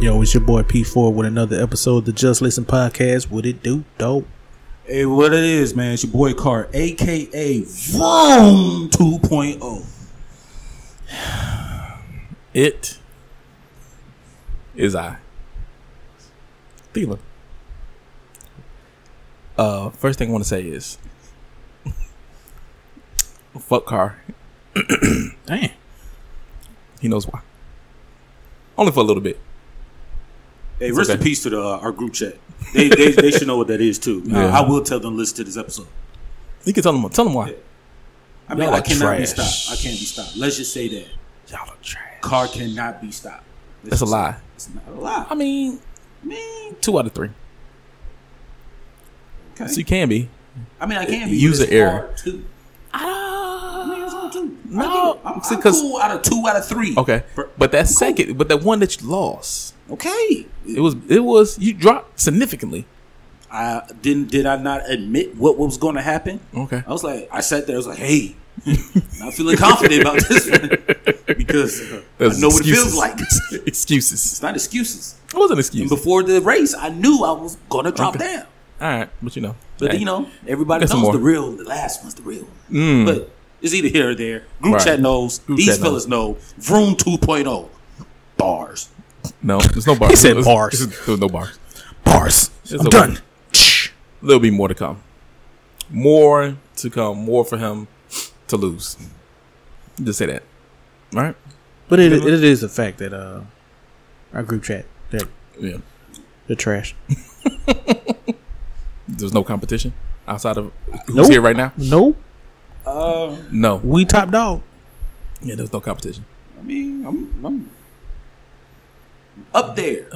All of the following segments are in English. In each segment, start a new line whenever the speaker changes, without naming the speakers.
Yo, it's your boy P4 with another episode of the Just Listen podcast. What it do, dope?
Hey, what it is, man? It's your boy Car, aka Vroom oh. 2.0.
It is I, Thielen. Uh, first thing I want to say is, fuck Car.
Damn.
He knows why. Only for a little bit.
Hey, rest
okay.
in peace to the, uh, our group chat. They, they they should know what that is too. Uh,
Yeah.
I will tell them to listen to this episode.
You can tell him. Tell him why.
I mean,
Y'all
I
are
cannot be
trash.
stopped. I can't be stopped. Let's just say that
Y'all are trash.
Car cannot be stopped. Let's
That's a
just-
lie.
It's not a lie.
I mean,
mean,
two out of three.
okay.
So you can be.
I mean, I can be.
User
but it's
error.
hard, Too. I mean,
Ah.
it's hard, too. I
No,
get it. I'm,
see,
I'm
'cause-
cool out of two out of three.
Okay,
For-
but that second, but that one that you lost,
okay.
it was it was you dropped significantly.
I didn't. Did I not admit what was going to happen?
Okay.
I was like, I sat there. I was like, hey, not feeling confident about this one because uh, I
That's
know what it
excuses.
feels like. it's
Excuses.
not excuses.
It was an excuse.
And before the race, I knew I was going to drop
Okay.
down.
All right, but you know,
But
Hey.
you know, everybody
Got some
knows the
more. Mm.
real. The last one's the real. But it's either here or there. Group
Right.
chat knows.
Group
these
chat
fellas know. Vroom 2.0. Bars.
no, there's no bars.
He said
There's-
bars.
there's- There's no bars.
Bars.
It's
I'm
a-
done.
There'll be more to come. More to come. More for him to lose. Just say that. All right.
But it, it is a fact that uh, our group chat, they're,
Yeah.
they're trash.
There's no competition outside of who's
Nope.
here right now.
No,
Uh,
No.
we top dog.
Yeah. There's no competition.
I mean, I'm, I'm up there.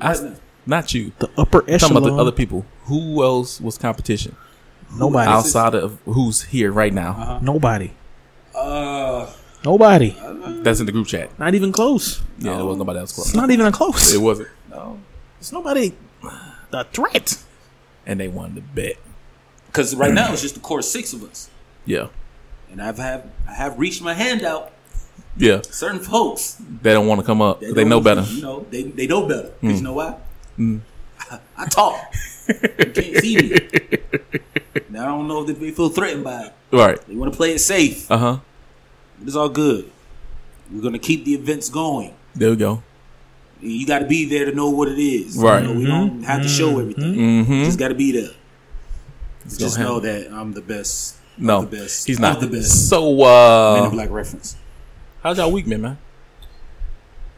I,
Right now.
not you.
The upper
Talking
echelon.
about the other people. Who else was competition
nobody.
outside of who's here right now?
Uh-huh. Nobody.
Uh,
Nobody.
That's in the group chat.
Not even close.
Yeah. There was nobody else
It's
close.
not even a close.
It wasn't.
It's nobody. A threat.
And they won the bet.
Because right now it's just the core six of us,
Yeah.
and I've have I have reached my hand out.
Yeah.
Certain folks,
They don't want to come up. 'cause They know
don't-
better. Hmm.
You know, they they know better. 'Cause You know why? I, I talk. you can't see me. And I don't know if they feel threatened by it.
Right.
They want to play it safe.
Uh huh.
It's all good. We're gonna keep the events going.
There we go.
And You got to be there to know what it is. You
Right.
know, we don't have to show everything.
Mm-hmm.
Just got to be there.
go
Just
ham.
know that I'm the best.
No,
the best.
he's
Of
not
the best.
So,
Men in
uh,
Black reference.
how's y'all week been, man?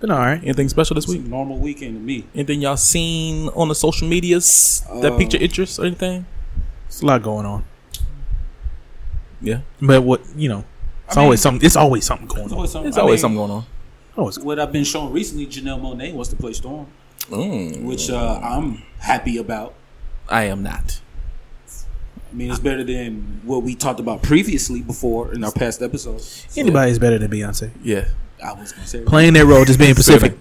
Been all right.
Anything special this
It's a
week?
normal weekend to me.
Anything y'all seen on the social medias that
Uh,
picture interest or anything?
It's a lot going on.
Yeah,
But what you know, it's
I mean-
always something. It's always something going on.
something.
there's
I
always
mean,
something going on.
Always.
what I've been shown recently, Janelle Monet wants to play Storm,
Mm,
which uh, I'm happy about.
I am not.
I mean, it's better than what we talked about previously before in our past episodes.
Anybody's better than Beyonce.
Yeah,
I was gonna say
Playing their role, just being Pacific.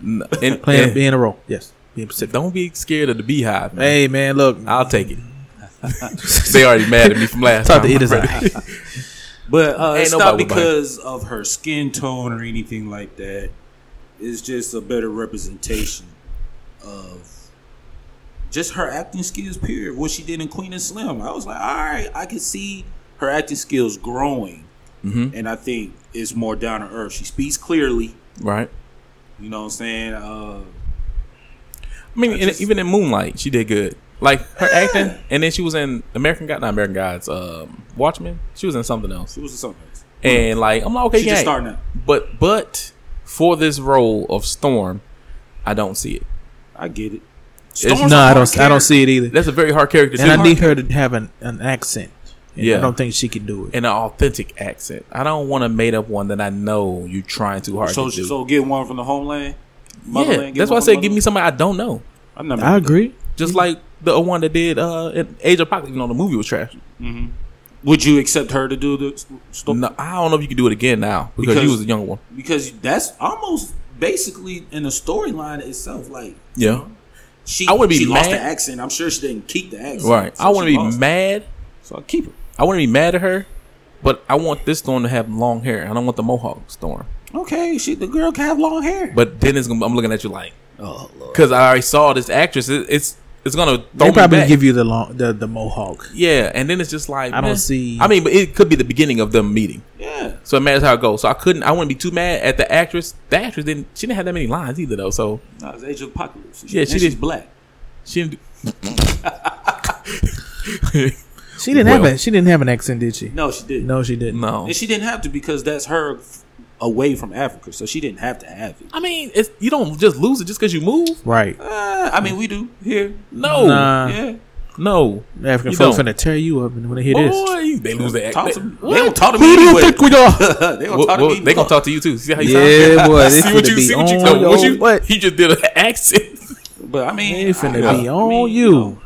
No, and,
Playing,
and
being a role. Yes, being Pacific.
don't be scared of the beehive, man.
Hey man, look,
I'll take it. they already mad at me from last
talk to
time.
Ida's
but uh,
Ain't
it's not
nobody would buy it.
because of her skin tone or anything like that. It's just a better representation of just her acting skills. Period. What she did in Queen and Slim, I was like, all right, I can see her acting skills growing,
Mhm.
and I think it's more down to earth. She speaks clearly.
right?
You know what I'm saying? Uh,
I mean, in,
just-
even in Moonlight, she did good. Like her acting, and then she was in American God, not American Gods, um, Watchmen. She was in something else,
she was a something. else.
and like I'm like, okay,
She just
gang.
starting out.
But but for this role of Storm, I don't see it.
I get it.
Storm's
No, I don't. I don't see it either.
That's a very hard character,
And
to
I need her to have an, an accent. And
Yeah.
I don't think she can do it.
an authentic accent. I don't want to made up one that I know you're trying too hard
So,
to do.
so get one from the homeland.
yeah,
Motherland, get
that's why I
one
said
from
give me somebody I don't know.
motherland? I'm not.
I agree.
Mm-hmm.
Just like the one that did uh, in Age of Apocalypse. You know, the movie was trash.
Would you accept her to do the stuff?
No, I don't know if you can do it again now because,
Because-
you was a younger one.
Because that's almost basically in the storyline itself. Like
Yeah,
she,
I wouldn't be
she lost the
mad.
accent. I'm sure she didn't keep the accent.
right.
So
I want
she
to be
lost it.
mad.
So I keep it.
I want to be mad at her, but I want this Storm to have long hair. I don't want the Mohawk Storm.
Okay, she the girl can have long hair.
But then it's gonna, I'm looking at you like
oh lord,
because I already saw this actress. It, it's it's gonna throw
They
me
probably
back.
give you the long the, the mohawk.
yeah, and then it's just like
I don't
meh.
see-
I mean, but it could be the beginning of them meeting.
yeah.
So it matters how it goes. So I couldn't. I wouldn't be too mad at the actress. The actress didn't. She didn't have that many lines either, though. So
No, it's Age of Apocalypse.
Yeah,
And
she
she's
did-
black.
she didn't. Do
She didn't have
Well.
a, she didn't have an accent, did she?
No, she didn't.
No, she didn't.
no.
and she didn't have to because that's her f- away from Africa, so she didn't have to have it.
I mean, it's, you don't just lose it just because you move.
Right.
Uh, I mean, we do here.
No,
Nah.
Yeah,
no.
African
You
folks
don't.
finna tear you up and when they hear this.
Boy, you- they lose the
talk
accent.
to me.
Eh, What?
They don't talk to me.
Who do you
anyway.
think we are?
they don't
Well,
talk to
well,
me.
they gonna
anyway.
talk to you too. See how you sound?
Yeah, boy. This
see what
finna
you
be
see what you
on
told- what
your-
you
what?
he just did an accent.
But I mean,
It finna
I-
be
I
on
mean,
you.
know,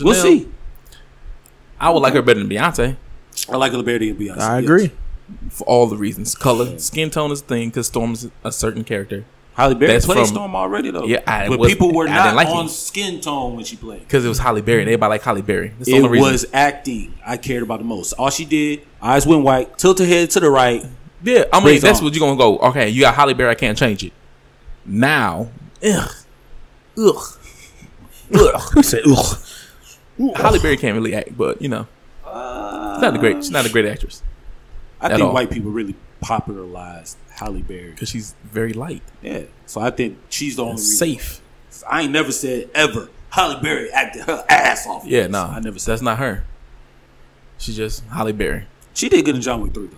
we'll
Janelle,
see.
I would like her better than Beyonce
I like Liberty and Beyonce.
I
yes.
agree.
for all the reasons: color, skin tone is a thing because Storm's a certain character.
Holly Berry
That's
played
from-
Storm already though.
Yeah, I
but
was-
people were
I
not
didn't like
on
it.
skin tone when she played.
Because it was Holly Berry, and everybody like Holly Berry. That's the
It
only reason.
was acting I cared about the most. All she did, eyes went white, tilt her head to the right.
Yeah, I mean
Breeze
that's
on.
what you're gonna go. Okay, you got Holly Berry. I can't change it now. Ugh, ugh, ugh.
Who said ugh?
Holly Berry can't really act, but you know, she's not a great. She's not a great actress
I
At
think
all.
white people really popularized Holly Berry.
because she's very light,
Yeah, so I think she's the only reason.
safe.
I ain't never said ever Holly Berry acted her ass off.
Yeah, no,
I never said
that's not her. She's just Holly Berry.
she did good in John Wick three though.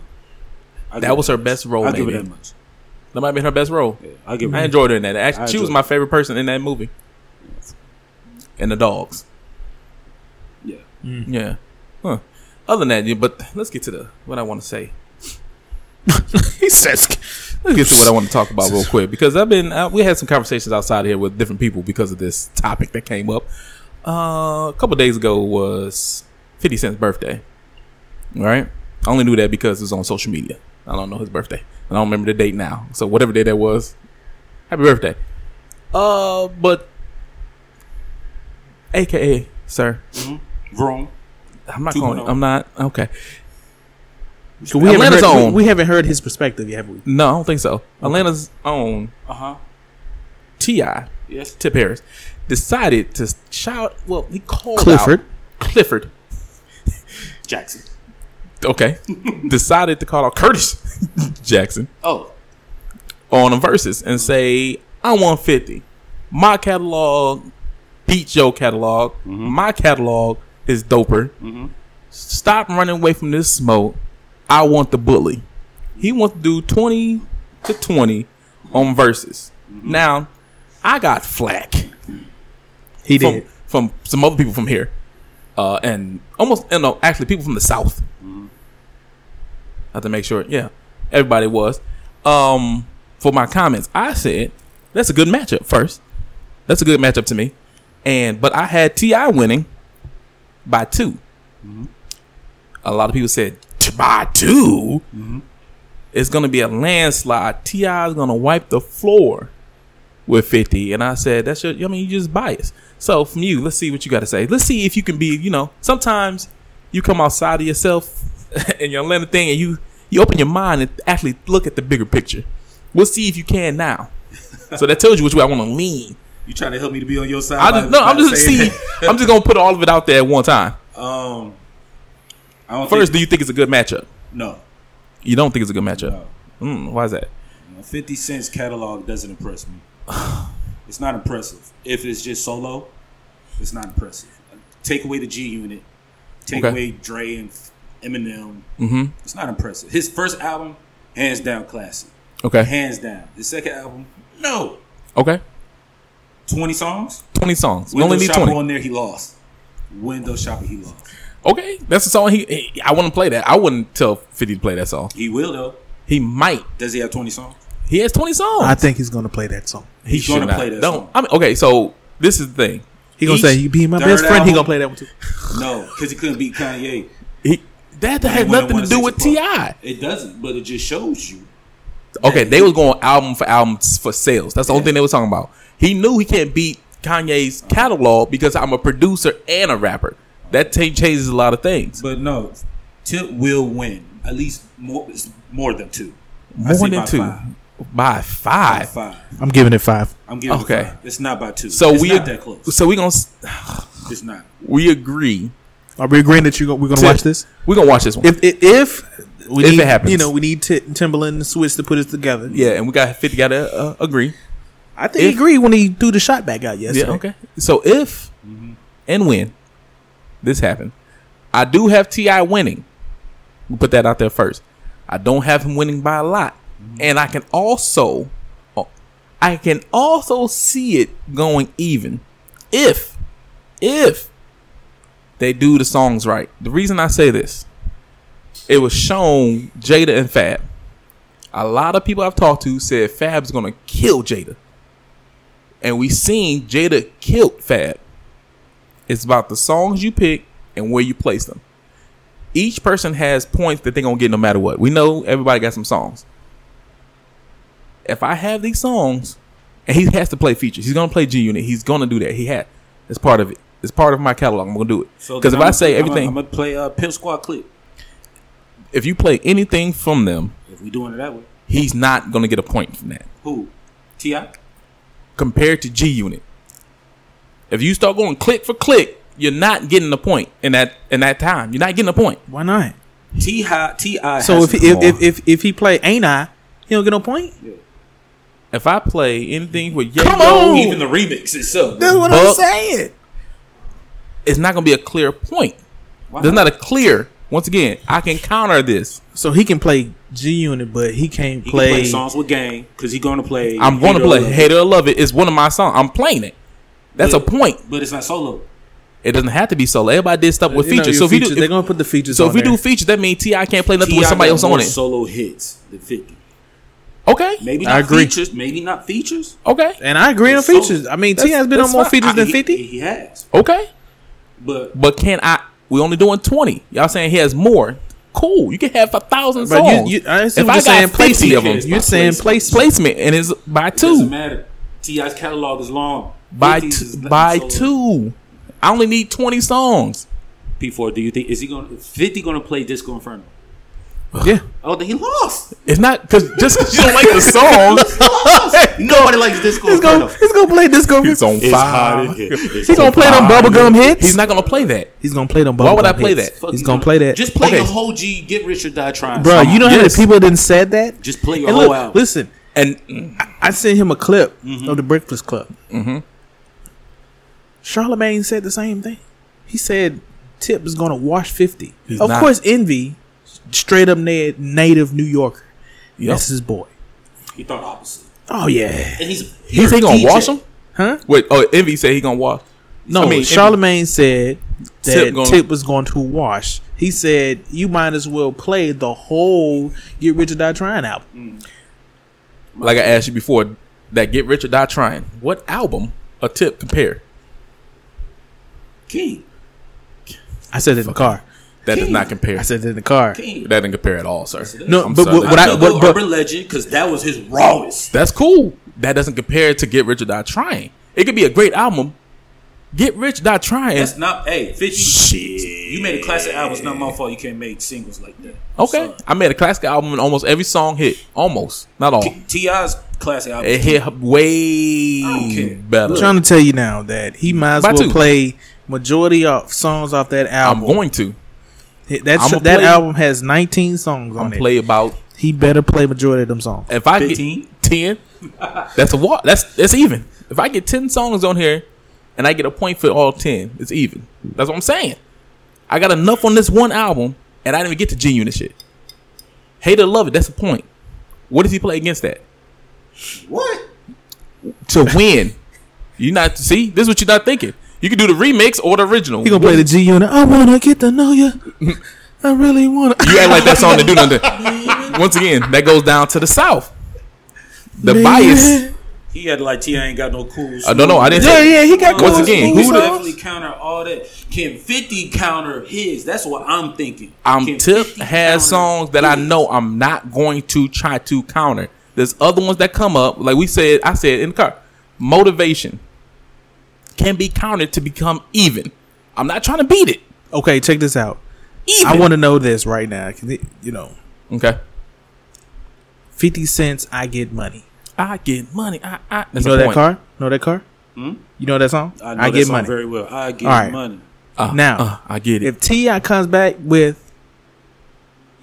I give
That was her best role.
I
Maybe.
give it that much.
That might have been her best role.
I give
I
it.
enjoyed her in that. Actually,
Mm. I
she was
enjoyed
my favorite person in that movie. And the dogs.
Yeah.
Yeah. Huh. Other than that, yeah, but let's get to the what I want to say.
He says
Let's get to what I want to talk about real quick because I've been uh, we had some conversations outside here with different people because of this topic that came up. Uh, a couple days ago was Fifty Cent's birthday. All right, I only knew that because it was on social media. I don't know his birthday. I don't remember the date now. So whatever day that was, happy birthday. Uh, but AKA sir,
Wrong.
I'm not
Two
calling.
point oh.
I'm not okay.
we haven't,
Atlanta's
heard, we,
own.
we haven't heard his perspective yet, have we?
No, I don't think so. Atlanta's own
Uh huh.
Ti
Yes.
Tip Harris decided to shout. Well, he called
Clifford.
out Clifford.
Jackson.
Okay, decided to call out Curtis Jackson
Oh,
on a versus and say, "I want fifty. My catalog beats your catalog. My catalog is doper. Stop running away from this smoke. I want the bully." He wants to do twenty to twenty on versus. Now, I got flack.
He
from
did.
from some other people from here, uh, and almost and no, actually people from the south. I have to make sure. Yeah, everybody was. Um, for my comments, I said that's a good matchup. First, that's a good matchup to me, and but I had Ti winning by 2 A lot of people said "T- by 2
Mm-hmm.
It's gonna be a landslide. Ti is gonna wipe the floor with 50 and i said that's your i mean you just biased so from you let's see what you got to say let's see if you can be you know sometimes you come outside of yourself and your atlanta thing and you you open your mind and actually look at the bigger picture we'll see if you can now so that tells you which way i want to lean
you trying to help me to be on your side?
i
by-
just no
by
i'm just see
saying
i'm just gonna put all of it out there at one time
that? Um. I don't think,
first do you think it's a good matchup
no.
you don't think it's a good matchup
No.
mm, why is that
Fifty Cent's catalog doesn't impress me. It's not impressive. If it's just solo, it's not impressive. Take away the G Unit, take
Okay. Mm-hmm.
away Dre and Eminem. It's not impressive. His first album, hands down, classic.
okay
Hands down. His second album, no.
okay
Twenty songs.
20 songs we
Window
only need
shopper
20
on there, he lost. Window shopper, he lost.
okay that's the song he, he i wouldn't play that i wouldn't tell 50 to play that song
He will though.
He might.
Does he have twenty songs?
He has 20 songs.
I think he's gonna play that song.
he's
gonna play that
Don't.
song.
I mean, okay, so this is the thing.
He gonna
Each-
say you be my
third
best friend. He
album.
gonna play that one too.
No, because he couldn't beat Kanye.
he, that
He
has
wouldn't
nothing to
wanna
do
say
with
support.
Ti.
It doesn't, but it just shows you.
Okay, they was going album for album for sales. That's the only thing they was talking about. He knew he can't beat Kanye's catalog because I'm a producer and a rapper. That ta- changes a lot of things.
But no, Tip will win at least more it's more than two. I
More
see
than
by
two.
five.
by
By
five.
five.
I'm giving it five.
I'm giving.
Okay.
Okay. Five. It's not by two.
So
it's
we
not that close.
so we gonna s-
It's not.
we agree.
Are we agreeing that you go, we're gonna
to-
watch this?
We gonna watch this one.
If if, if we
If
need,
it happens.
you know, we need T- Timberland and Switch to put us together.
yeah, and we got fifty. Got to uh, agree.
I think he
If-
agreed when he threw the shot back out
Yeah.
yesterday.
Okay. So if and when this happened, I do have Ti winning. We put that out there first. I don't have him winning by a lot, and I can also, oh, I can also see it going even if, if they do the songs right. The reason I say this, it was shown Jada and Fab. A lot of people I've talked to said Fab's gonna kill Jada and we seen Jada killed Fab. It's about the songs you pick and where you place them. Each person has points that they're gonna get no matter what. We know everybody got some songs. If I have these songs, and he has to play features, he's gonna play G Unit. He's gonna do that. He had. It's part of it. It's part of my catalog. I'm gonna do it.
So
Because
then
if i
I'ma-
say everything,
I'ma- I'ma play uh, Pimp Squad clip.
if you play anything from them,
If we doing it that way,
he's not gonna get a point from that.
who? Ti.
compared to G Unit. If you start going click for click, you're not getting a point in that in that time. You're not getting a point.
Why not?
Ti. Ti.
So
has
if, he,
to
if
come
if
on.
if if he play ain't I, he don't get no point.
If I play anything with Ye
Come
Yo,
on!
even the remix itself,
That's what I'm
Buck-
saying.
it's not gonna be a clear point.
Why
There's not a clear. Once again, I can counter this.
So he can play G Unit, but he can't
He can
play.
play songs with Gang because he's gonna play.
I'm going to
Hater
play
or Love It.
"Hater or Love It." It's one of my songs. I'm playing it. That's a
But-
point.
but it's not solo.
It doesn't have to be solo. Everybody did stuff with
you know,
features.
your
so if you
features,
do,
they're
if,
gonna put the features.
so
on
if you
there.
do features, that means Ti can't play nothing
T.I.
with somebody
got
else
more
on it.
Solo hits than Fifty.
okay,
Maybe not
I agree.
features. Maybe not features.
okay,
and I agree on
It's so-
features. I mean, T
that's-
has been
that's
on more
fine.
features
I-
than
he-
fifty.
He, has,
okay.
but
But can I? We only doing twenty. Y'all saying he has more? Cool. You can have a thousand
But
songs.
you, you, I see
if
what
I
you're saying
got fifty of them,
kids,
You're
my
saying
placement.
place
placement and it's by
it doesn't
two,
matter. Ti's catalog is long.
by
50s is
two,
nothing
by
solo.
two. I only need twenty songs.
P4, do you think is he going? to Fifty going to play Disco Inferno?
Yeah,
Oh, then he lost.
It's not because just because you don't like the songs,
Nobody likes Disco
he's gonna
Inferno.
he's gonna play disco. He's,
on
he's gonna play them bubblegum hits.
He's not gonna play that.
He's gonna play them.
Why would
bubblegum
I play
hits.
that?
Fuck
He's
you,
gonna
man.
play that,
Just play
Okay.
your whole G. Get rich or die trying.
bro. You know how many
Yes.
people didn't said that.
Just play your
And
whole
look,
album.
listen,
And mm,
I sent him a clip of the Breakfast Club. Mm-hmm. Charlemagne said the same thing. He said Tip is going to wash fifty.
He's
of
not.
course, Envy, straight up na- native New Yorker.
yep.
That's his boy.
He thought opposite.
Oh yeah,
And he's
you think he gonna wash them?
huh?
Wait, oh, Envy said he gonna wash.
No,
I mean,
Charlemagne said that
Tip
Tip,
gonna-
was going to wash. He said you might as well play the whole Get Rich or Die Trying album.
like I asked you before, that Get Rich or Die Trying. What album? A tip compare.
King.
I said it in the car.
That does
King.
not compare.
I said it in the car.
King.
That didn't compare at all, sir.
No,
I'm
but
sorry.
what- what
I
I-
know
but-
the
but-
urban legend because that was his rawest.
That's cool. That doesn't compare to Get Rich or Die Trying. It could be a great album. Get Rich, Die Trying.
That's not hey Fifty.
Shit.
You made a classic album. It's not my fault. You can't make singles like that. I'm
Okay.
sorry.
I made a classic album and almost every song hit. Almost. Not all.
Ti's classic album.
It hit
don't
way
care.
better.
I'm trying to tell you now that he might as
By
well
two.
play majority of songs off that
I'm
album.
going to.
Hey, That's
I'ma
that
play-
album has 19 songs
I'm
on it.
play about
He better play majority of them songs.
if I
15?
get ten. That's a walk. That's that's even. If I get ten songs on here, and I get a point for all ten, it's even. That's what I'm saying. I got enough on this one album, and I didn't even get to G Unit shit. Hate or love it. That's the point. What does he play against that?
What?
To win. you not see. This is what you're not thinking. You can do the remix or the original.
He gonna play the G Unit. I wanna get to know you. I really wanna.
You act like that song to do nothing. Once again, that goes down to the South. The
Baby.
bias.
He had like Ti ain't got no cool.
I don't know. I didn't.
Yeah,
say,
yeah. He got
Once
cool
again,
smooth
who
who
the-
songs.
definitely counter all that? Can Fifty counter his? That's what I'm thinking.
I'm
Can
tip
50 counter
has songs that I
his?
know I'm not going to try to counter. There's other ones that come up, like we said, I said in the car, motivation can be counted to become even. I'm not trying to beat it.
Okay, check this out.
Even.
I want to know this right now. 'cause it- You know,
Okay.
Fifty cents, I get money.
I get money. I, I.
You
That's
know
a
that
point.
car? Know that car? You know that song?
I,
I,
know that
get
song
money.
very well. I get
All right.
money.
Uh,
Now.
uh, I get it.
if Ti comes back with,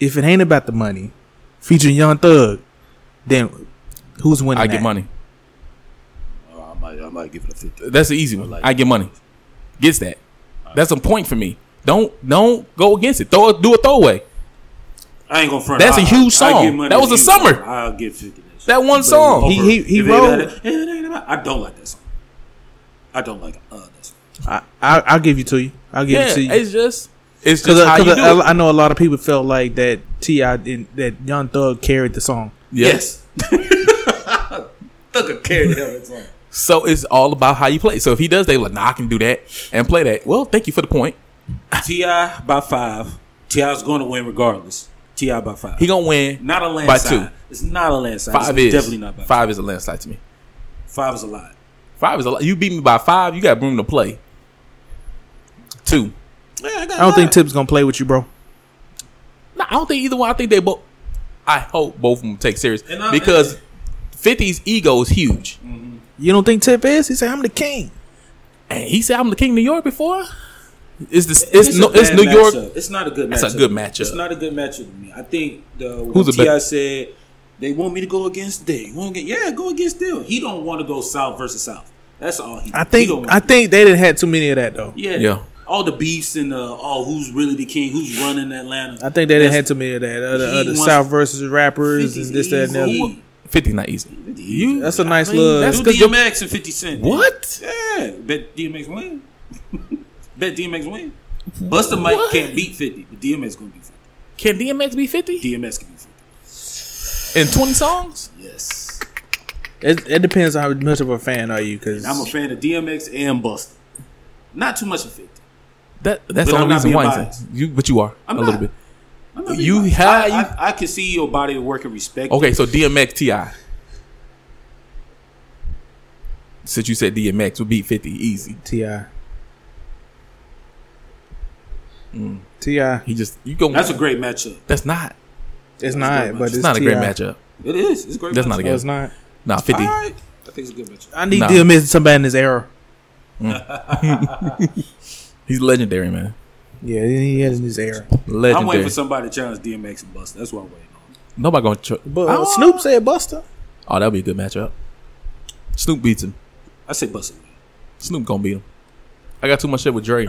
if it ain't about the money, featuring Young Thug, then who's winning?
I get
that?
money.
Oh, I might, I might give it a fifty.
That's the easy one.
like
I get money. Gets that. That's a point for me. Don't don't go against it. Throw a, do a throwaway.
I ain't gonna front.
That's
a
a huge song. That was a summer.
I'll get fifty. next
That
year.
one
But
song.
He- he- he
if it ain't
wrote-
about it- it ain't about- I don't like that song. I don't like uh, that song.
I, I, I'll give you to you. I'll give
Yeah,
it to you.
it's just it's
Cause,
just how you do
I,
it.
I know a lot of people felt like that Ti didn't- that Young Thug carried the song.
Yeah.
Thugger carried hell that song.
So it's all about how you play. So if he does, they like, nah, I can do that and play that. Well, thank you for the point.
Ti by five. Ti's going to win regardless. Ti by five.
He gonna win.
not a
by
landslide.
two.
It's not a landslide.
Five
it's
is
definitely not by five.
five is a landslide to me.
Five is a lot.
Five is a lot. You beat me by five. You got room to play. Two.
I don't think Tip's gonna play with you, bro.
No, I don't think either one. I think they both. I hope both of them take serious
And I- Mm.
because 50's ego is huge.
You don't think Tip is? He said, "I'm the king."
And he said, "I'm the king of New York." Before it's this, it's,
a
no, it's
bad
New York.
matchup. It's not a good.
That's a
matchup.
good matchup.
It's not a good matchup to me. I think the
Who's
Who's
the
Ti
best-
said they want me to go against Dale. Want to get yeah, go against Dale. He don't want to go south versus south. That's all
I
he. he don't
think
wanna
I think they didn't had too many of that though.
do- yeah.
Yeah.
All the beefs and the oh, who's really the king? Who's running Atlanta?
I think they didn't
That's-
have too many of that. Other,
He
other
wants-
South versus rappers
50's
and this, that, and
easy.
that.
50's not easy. You-
That's a nice
I mean,
little-
that's
Do
'cause you're-
DMX and Fifty Cent.
What?
Yeah, bet DMX win. bet DMX win. Busta Mike
What?
can't beat Fifty, but DMX gonna beat Fifty.
Can DMX be 50
DMX can beat Fifty.
in 20 songs?
Yes.
It, it depends on how much of a fan are you, because
I'm a fan of DMX and Busta. Not too much of 50.
That that's
But
the
I'm
only
not
reason
being
why.
biased.
he's in. You, but you are
I'm
a
not.
little bit.
I'm not
You
being biased.
have-
I, I, I can see your body of work and respect.
Okay, so DMX Ti. Since you said DMX would beat 50 easy,
Ti. Ti.
he just you go.
That's
That's,
a great matchup.
not.
It's
good,
not,
man.
but
It's,
it's,
not a great
T.I..
matchup.
It is. It's a great matchup.
That's not
No,
a good-
it's not.
Nah, 50.
All right. I think it's a good matchup.
I need
Nah.
DMX and somebody in this era.
He's legendary, man.
Yeah, he is in this era.
Legendary.
I'm waiting for somebody to challenge DMX and Busta. That's what I'm waiting on.
Nobody gonna. Tr-
But
oh,
Snoop said Buster.
Oh, that'll be a good matchup. Snoop beats him.
I say Busta. win.
Snoop gonna beat him. I got too much shit with Dre.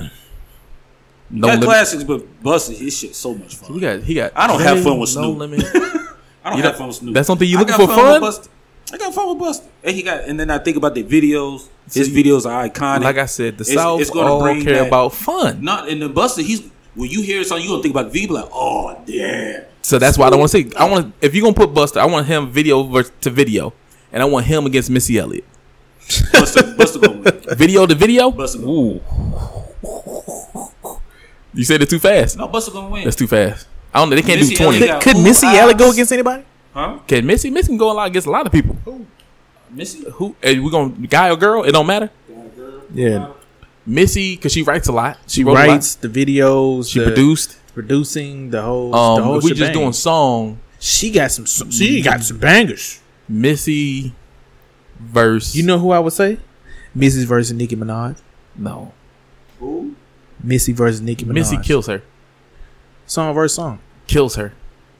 No
Got
limit.
classics, but Busta, his shit so much
We
fun.
got. He got.
I don't have fun with
No
Snoop.
limit.
I don't have
You don't-
fun with Snoop.
that's something you
I
looking
got
for,
with Busta. I got fun with Busta. And he got, and then I think about the videos. His videos are iconic.
like I said, the
It's-
South
it's gonna
all
bring
care
that-
about fun.
Not in the Buster. He's when you hear something, you gonna think about V. Be like, oh damn.
So that's why I don't want to see. I want if you're gonna put Buster, I want him video versus to video, and I want him against Missy Elliott.
Buster, Buster gonna win.
Video to video.
Buster gonna win.
Ooh. You said it too fast.
No, Buster gonna win.
That's too fast. I don't know. They can't
Missy
do twenty.
Elliott got-
Could
Ooh,
Missy Elliott go
eyes.
against anybody?
huh?
Can Missy? Missy can go a lot against a lot of people.
Missy.
Who? Are we gonna guy or girl? It don't matter.
Yeah.
Missy, because she writes a lot. She wrote a lot.
Writes the videos,
She
the
produced.
producing the whole. the
Um,
whole
if we just
shebang.
doing song.
She got some. She got some bangers.
Missy verse.
You know who I would say? Missy versus Nicki Minaj.
no.
Who?
Missy versus Nicki Minaj.
Missy kills her.
song versus song.
Kills her.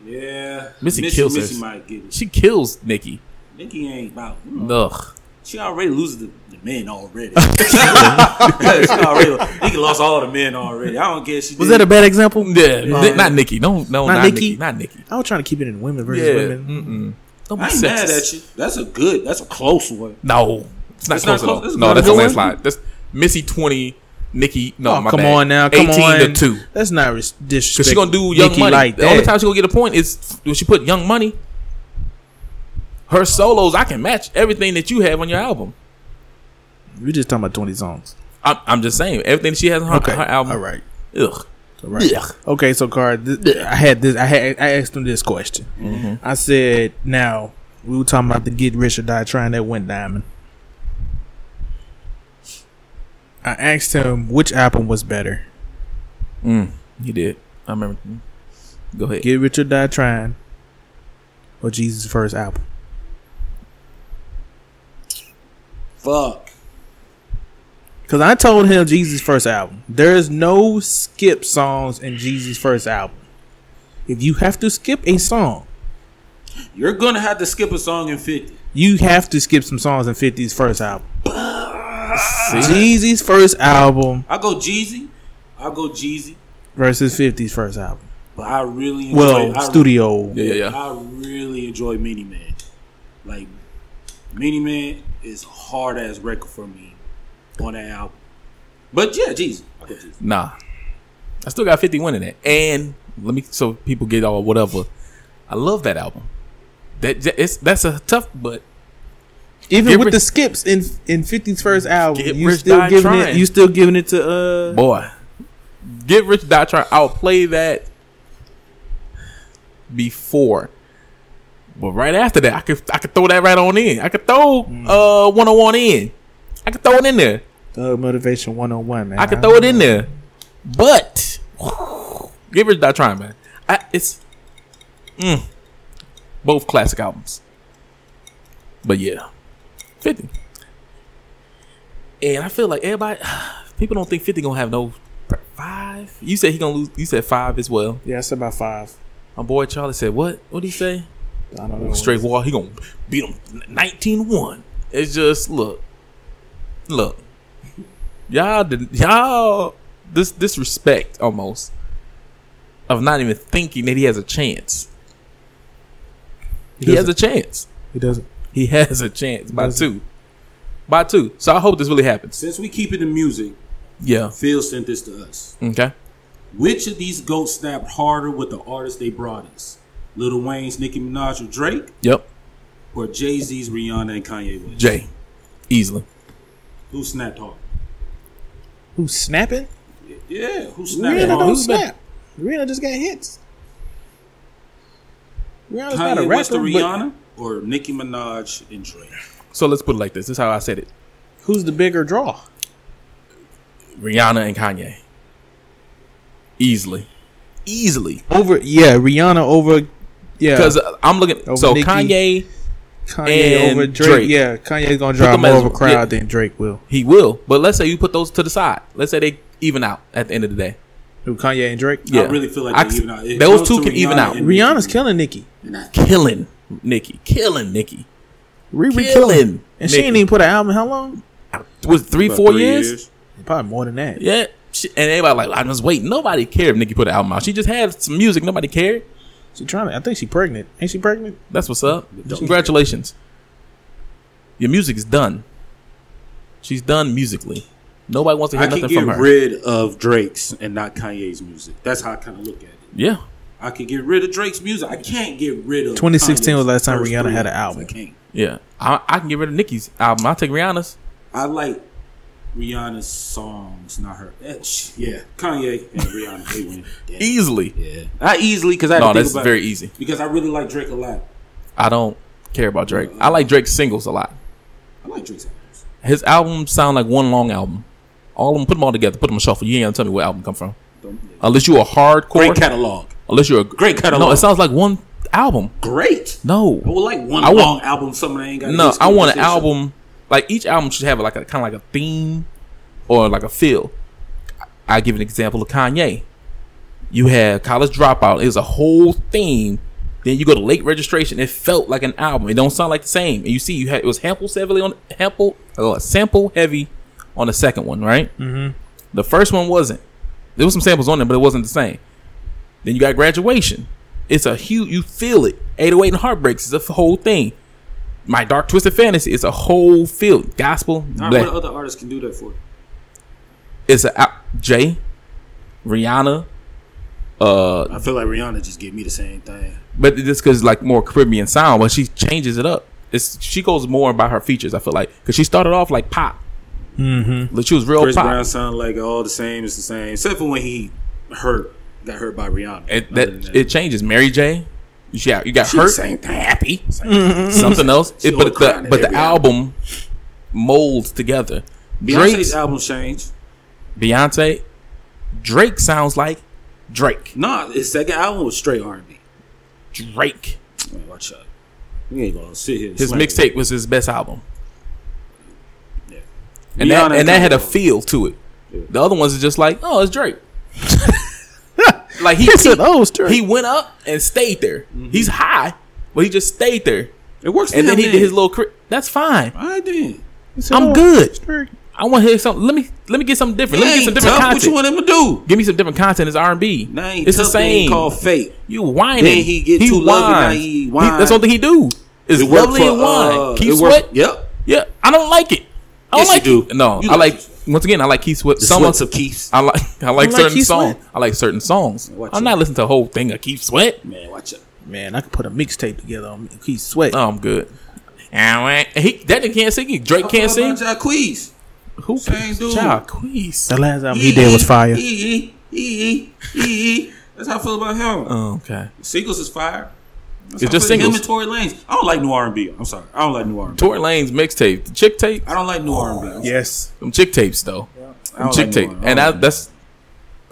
Yeah.
Missy kills
Missy
us.
might get it.
She kills Nikki.
Nikki ain't about. you
Oh.
know,
Ugh.
She already loses the, the men already. she already. Nikki lost all the men already. I don't care. if She
Was
did.
that a bad example?
Yeah, ni- not Nikki. No, no,
Oh. Not
not,
Nikki?
Nikki. Not Nikki.
I was trying to keep it in women
Yeah. Mm.
versus women.
Mm-mm. Don't be
I ain't mad
sexist.
at you. That's a good. That's a close one.
No, it's not
It's not
close at
close.
all.
This is
no,
not
that's
a
a
good
landslide. That's Missy twenty. Nikki. No,
Oh,
my
come
bad.
on now, come
Eighteen
on.
to two.
That's not res-
Because
disrespectful.
she gonna do Young
Nicki
Money.
Like
the
that.
only time she gonna get a point is when she put Young Money. Her solos, I can match everything that you have on your album.
We're just talking about twenty songs.
I'm, I'm just saying everything she has on her,
Okay.
her album.
All right.
Ugh.
All right.
Ugh.
Okay, so Car, th- I had this. I had I asked him this question. I said, "Now we were talking about the get rich or die trying that went diamond." I asked him which album was better,
Mm, he did. I remember. Go ahead.
Get Rich or Die Trying, or Jesus' first album?
Fuck.
Because I told him Jesus' first album. There is no skip songs in Jesus' first album. If you have to skip a song,
You're gonna have to skip a song in 50.
you have to skip some songs in 50's first album.
See?
Jeezy's first album
I'll go Jeezy. I'll go Jeezy.
versus 50's first album.
But I really enjoy
Well,
I,
studio.
Yeah, yeah, yeah.
I really enjoy Mini Man. Like Mini Man is a hard ass record for me on that album. But yeah, Jeezy. I'll go Jeezy.
Nah. I still got 51 in it. And let me so people get all whatever. I love that album. That that- it's that's a tough but
Even
Get
with
Rich-
the skips in in 50's first album,
Get
you
Rich
still
Die
giving it
Trying.
you still giving it to uh
boy. Get Rich Die Trying. I'll play that before. But right after that, I could I could throw that right on in. I could throw uh 101 in. I could throw it in there.
Thug Motivation 101, man.
I could throw it in there. But Get Rich Die Trying, man. I, it's mm, both classic albums. But yeah. 50. And I feel like everybody people don't think 50 gonna have no five. You said he gonna lose you said five as well.
Yeah, it's about five.
My boy Charlie said, What? What'd he say?
I don't know.
Straight wall, he gonna beat him 19-1. It's just look. Look. Y'all did y'all this disrespect almost of not even thinking that he has a chance. He, has a chance.
He doesn't.
He has a chance by
Doesn't-
two. By two. So I hope this really happens.
Since we keep it in music,
Yeah.
Phil sent this to us.
Okay.
Which of these goats snapped harder with the artists they brought us? Lil Wayne's Nicki Minaj or Drake,
Yep.
or Jay Z's Rihanna and Kanye West?
Jay. Easily.
Who snapped hard?
Who's snapping?
Yeah, who snapped
Rihanna
hard?
don't
Who's been-
snap. Rihanna just got hits. Rihanna's not a
Kanye West
rapper,
or
but
Rihanna, or Nicki Minaj and Drake?
So let's put it like this. This is how I said it.
who's the bigger draw?
Rihanna and Kanye. Easily. Easily.
Over yeah, Rihanna over yeah,
Because I'm looking.
Over
so
Nicki.
Kanye,
Kanye
and
over Drake.
Drake.
Yeah, Kanye's gonna drive
them
more
as-
of a crowd
yeah.
than Drake will.
he will. But let's say you put those to the side. Let's say they even out at the end of the day.
Who Kanye and Drake? Oh,
Yeah,
really feel like they
c-
even out. It
those
goes
two
to
can even
Rihanna
out.
and-
Rihanna's killing Nicki.
Killing Nikki, killing Nikki.
Riri
Killing
killing, and she
Nicki.
ain't even put an album. in How long?
Was it three,
About
four
three
years?
Probably more than that.
Yeah. She, and everybody like, I'm just waiting. Nobody cared if Nikki put an album out. She just had some music. Nobody cared.
She trying to. I think she pregnant. Ain't she pregnant?
That's what's up. Congratulations. Your music's done. She's done musically. Nobody wants to hear
I can
nothing
get
from her.
rid of Drake's and not Kanye's music. That's how I kind of look at it.
yeah.
I can get rid of Drake's music. I can't get rid of.
2016 was
Kanye's
the last time
first
Rihanna
three
had an
albums.
album.
I can't.
Yeah. I, I can get rid of Nikki's album. I'll take Rihanna's.
I like Rihanna's songs, not her. Eh, sh- Yeah, Kanye and Rihanna. They win. Yeah.
Easily.
yeah, not easily because I had
No,
to think
that's
about
very easy.
because I really like Drake a lot.
I don't care about Drake. I like Drake's singles a lot.
I like Drake's albums.
His albums sound like one long album. All of them, put them all together, put them on shuffle. You ain't gonna tell me where album come from,
Don't-
unless you a hardcore.
Great catalog.
unless you're a
Great catalog.
No, it sounds like one album.
Great. I would
No,
like one
I want-
long album. Something I ain't got.
no,
this
I want an
conversation.
album. Like each album should have like a kind of like a theme or like a feel. I give an example of Kanye. You had College Dropout. It was a whole theme. Then you go to Late Registration. It felt like an album. It don't sound like the same. And you see, you had it was sample heavily on sample, uh, sample heavy on the second one, right? Mm-hmm. The first one wasn't. There was some samples on there, but it wasn't the same. Then you got Graduation. It's a huge. You feel it. 808 and Heartbreaks is a f- whole thing. My Dark Twisted Fantasy is a whole field. Gospel.
All right, uh,
black-
what other artists can do that for? you?
it's a al- Jay, Rihanna, uh,
I feel like Rihanna just gave me the same thing.
but just because like more Caribbean sound, but she changes it up. It's she goes more by her features. I feel like because she started off like pop, mm-hmm. like she was real
Chris
pop.
Brown sound like all the same. It's the same, except for when he hurt, got hurt by Rihanna.
It,
Other than
that it changes. Mary J, yeah, you got
She
hurt,
the same thing. Happy.
something else.
Mm-hmm. She
It, but
was crying
the
at
but the
every
album molds together. Drake,
Beyonce's album change.
Beyonce, Drake sounds like Drake.
Nah, his second album was straight R and B.
Drake.
Man, watch out. We ain't gonna sit here. and
His
slam it.
mixtape was his best album,
Yeah.
and
Beyond
that and that had a
Trouble.
feel to it.
Yeah.
The other ones is just like, oh, it's Drake. like he
He said, "Oh, it's true."
he went up and stayed there.
Mm-hmm.
He's high, but he just stayed there.
It works.
And then he did his
little.
little. Cri- That's fine.
All right then.
said,
I'm
"Oh,
good."
it's Drake."
I want to hear something. Let me let me get something different. Let me
Ain't
get some different
tough.
content.
What you want him to do?
Give me some different content. It's R and B.
Now ain't
It's the
tough, they ain't
same.
Called fake.
You whining.
Then he get too lovey, now he whine.
that's the only thing he do. Is
It worked
lovely and whine.
uh,
Keith
it worked-
Sweat.
Yep.
Yeah, I don't like it. I don't
Yes,
like
you
it.
do.
No,
You
I
like
like
Keith Sweat.
once again. I like Keith Sweat.
The
Some
sweats of Keith's.
I like I like
like
certain
Keith
songs.
Sweat?
I like certain songs.
Watch
I'm
it.
not listening to a whole thing of Keith Sweat.
Man, watch out.
Man, I could put a mixtape together on Keith Sweat.
Oh, I'm good. And he that nigga can't sing. Drake can't sing.
Jacquees.
Who
Same dude.
Child, Queez.
the last album he did was fire.
Ee, ee, ee, ee, ee. That's how I feel about him.
Oh, okay.
singles is fire. That's
It's
how I
just
feel. Him
singles.
and Tory Lanez. I don't like new R and B. I'm sorry. I don't like new R and B.
Tory Lane's mixtape, the chick tape,
I don't like new R and B.
Yes.
them chick tapes though,
I don't
chick
like
tape,
new R&B.
and that, that's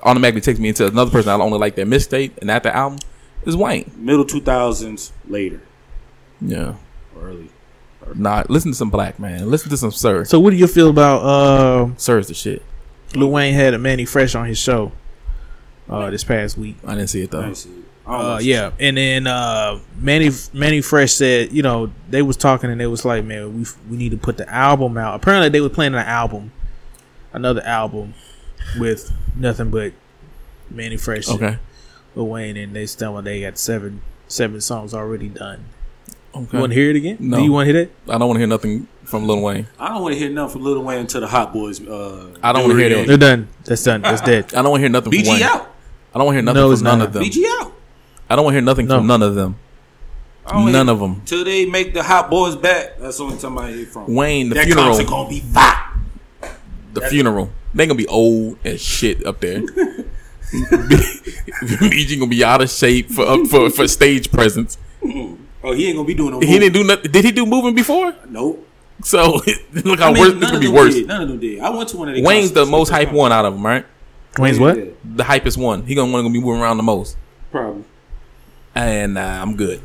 automatically takes me into another person I only like that mixtape and that the album is Wayne.
middle two thousands later
Yeah,
or early.
nah. Listen to some Black man. Listen to some Sir.
So, what do you feel about uh,
Sir's the shit.
Lil Wayne had a Manny Fresh on his show uh, this past week?
I didn't see it
I
though.
ain't see it. I don't
Uh,
know.
yeah, and then uh, Manny Manny Fresh said, you know, they was talking and they was like, man, we we need to put the album out. Apparently, they were planning an album, another album, with nothing but Manny Fresh, and
Okay.
Lil Wayne, and they still they got seven seven songs already done. You want
Okay.
to hear it again?
No.
Do you want to hear that?
I don't want to hear nothing from Lil Wayne.
I don't want to hear nothing from Lil Wayne until the Hot Boys. Uh,
I don't wanna hear that.
They're done. That's done. That's dead.
I don't want to hear nothing from
BG
Wayne.
out.
I don't want to hear nothing
No, it's
from none
not.
of them.
BG out.
I don't want to hear nothing
No.
from none of them.
I don't
None
hear-
of them.
Oh, Till they make the Hot Boys back. That's the only time I hear from.
Wayne, the
that
funeral.
concert gonna be fire.
the funeral. They gonna be old as shit up there. BG gonna be out of shape for up for, for stage presence.
Oh, he ain't gonna be doing no.
He didn't do nothing. Did he do moving before?
Nope.
So look how
I mean, none
worse. This
of
gonna be
them
worse.
Did. None of them did. I went to one of the.
Wayne's the
concerts.
most hype one out of them, right?
Wayne's what?
Yeah,
The hypest one. He gonna want to be moving around the most.
probably.
And uh, I'm good.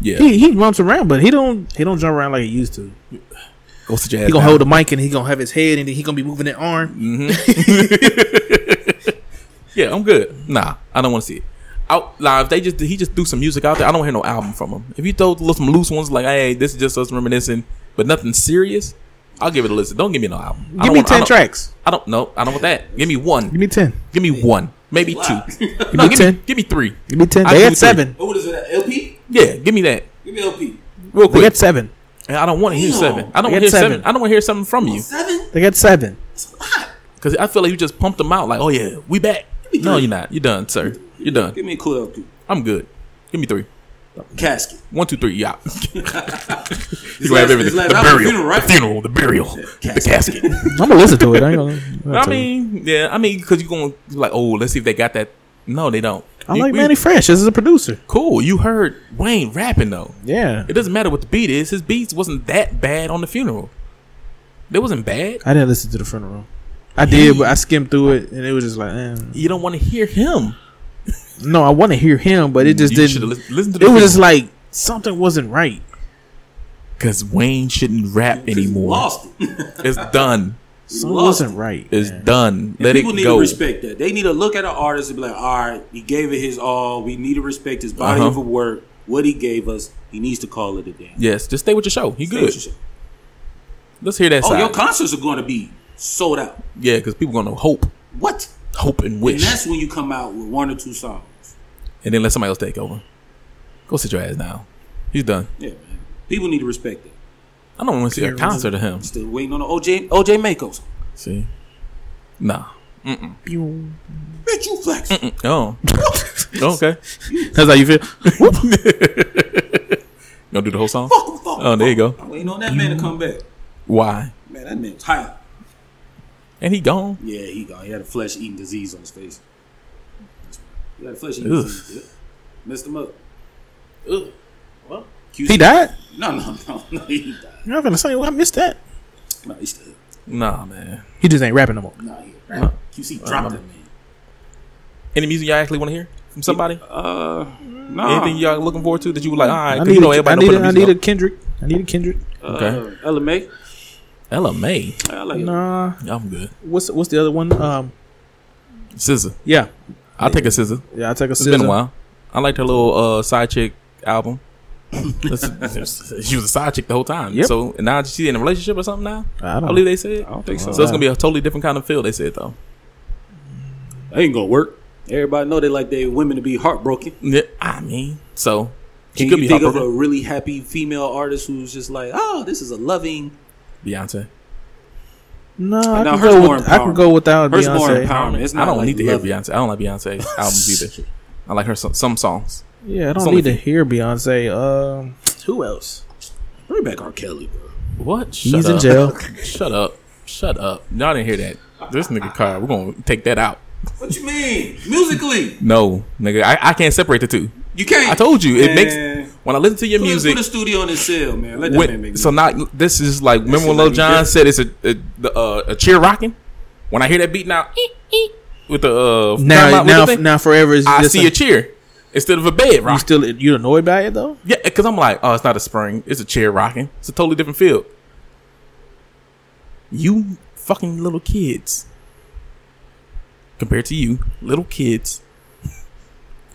Yeah,
He he jumps around, but he don't he don't jump around like he used to.
go sit your ass
He gonna
down.
hold the mic and he gonna have his head and then he gonna be moving that
Mm,
arm.
Yeah, I'm good. Nah, I don't want to see it. Out nah, if they just he just threw some music out there. I don't hear no album from him. If you throw little- some loose ones like, hey, this is just us reminiscing, but nothing serious, I'll give it a listen. Don't give me no album. I
Give
don't
me
want- I
ten
don't-
tracks.
I don't know. I don't want that. Give me one.
Give me ten.
Give me one. Maybe two. Give
me
give
10.
Me, give me three.
Give me ten.
I
They
give
had
you three.
seven.
Oh, What is it? LP?
Yeah, give me that
Give me LP.
real
They
quick.
got seven.
And I don't want to hear
Damn.
seven.
I
I don't want to
got
hear seven.
seven.
I don't want to hear something from you
Seven.
They got seven.
That's a lot.
because I feel like you just pumped them out. Like, oh yeah, we back. No, you're not. You're done, sir. You're done.
Give me a cool LP.
I'm good. Give me three.
Casket.
One, two, three, yeah.
His
you can have
last-
everything.
his last
The
album,
burial,
Funeral, right?
the funeral, the burial, the casket.
I'm gonna listen to it. I ain't gonna. I'm gonna
I
tell you.
mean, yeah, I mean, because you're going to like, oh, let's see if they got that. No, they don't.
I
You-
like
we-
Manny Fresh as a producer.
Cool. You heard Wayne rapping though.
Yeah,
It doesn't matter what the beat is. His beats wasn't that bad on the funeral. They wasn't bad.
I didn't listen to the funeral. I did, but I skimmed through it, and it was just like, eh.
You don't want to hear him.
no, I want to hear him, but it just
you
didn't.
lis- listen to the
It was just like something wasn't right.
because Wayne shouldn't rap anymore.
Lost it.
It's done.
Something
lost
wasn't right.
It's
man.
done. Let
People
it
need
go.
to respect that. They need to look at an artist and be like, all right, he gave it his all. We need to respect his body
Uh-huh.
of work, what he gave us. He needs to call it a day.
Yes, just stay with your show. You good?
Oh,
Let's hear that side.
your concerts are going to be sold out.
yeah, because people gonna hope,
What?
hope and
And
wish.
that's when you come out with one or two songs.
and then let somebody else take over. Go sit your ass down. He's done.
Yeah, man. People need to respect that.
I don't want to see a concert of him.
Still waiting on the OJ OJ Makos.
See, nah.
Bitch, you flex.
Mm, Oh, okay.
That's how you feel.
Gonna do the whole song?
Fuck him, fuck him,
Oh, there you
fuck
go.
him. I'm waiting on that man to come back.
Why?
Man, that man's hot.
And he gone.
Yeah, he got he had a flesh eating disease on his face. He had a flesh eating
Ugh.
disease. Yep. Messed him up.
he died.
No, no, no, no. He died.
You're not gonna say I missed that.
No, he's still
Nah, man.
He just ain't rapping no more.
Uh, um,
not here. Right? QC dropped that man.
Any music y'all actually want to hear? from somebody?
Uh, no.
Anything y'all looking forward to that you were like, all right,
I
'cause
need,
you know
a, I,
everybody
need
don't
a, I
put
need
their
a
music
Kendrick. I need a Kendrick.
Okay.
Uh, LMA.
up. Ella May.
I like it.
Nah,
I'm good.
what's what's the other one? Um,
Scissor.
yeah,
I'll take a scissor.
yeah, I take a.
It's been a while. I liked her little uh, side chick album. That's- she was a side chick the whole time.
Yep.
So and now she's in a relationship or something now.
I
I
don't.
believe they said.
I don't think so.
So it's gonna be a totally different kind of feel. They said though.
That ain't gonna work. Everybody know they like their women to be heartbroken.
Yeah, I mean, so
Can
she could
you
be
think of a
heartbroken.
really happy female artist who's just like, oh, this is a loving.
Beyonce.
no, I
Now,
could
hers
go.
more
With, I could
empowerment.
go without
Hers more
Beyonce.
empowerment. It's not
I don't
like
need to
loving.
hear Beyonce. I don't like Beyonce's albums either. I like her some, some songs.
Yeah, I
It's
don't
only
need to hear Beyonce. Um, who else?
Bring back R. Kelly, bro.
What? Shut
He's
up.
in jail.
Shut up. Shut up. Y'all didn't hear that. This nigga car. We're gonna take that out.
What you mean? Musically,
No, nigga. I, I can't separate the two.
you can't.
I told you
Man.
it makes when I listen to your
Put-
music.
Put a studio in his cell, man. Let that man
When,
make
so
music.
not this is like remember when
is like
Lil John
different.
said it's a a, the, uh, a cheer rocking. When I hear that beat now eek, eek, with the uh,
Now,
timeout, with the
now,
thing,
now, forever is
I
just
see a cheer instead of a bed
You
rock.
still you annoyed by it though?
Yeah, because I'm like, oh, it's not a spring. It's a chair rocking. It's a totally different field. You fucking little kids. Compared to you, little kids.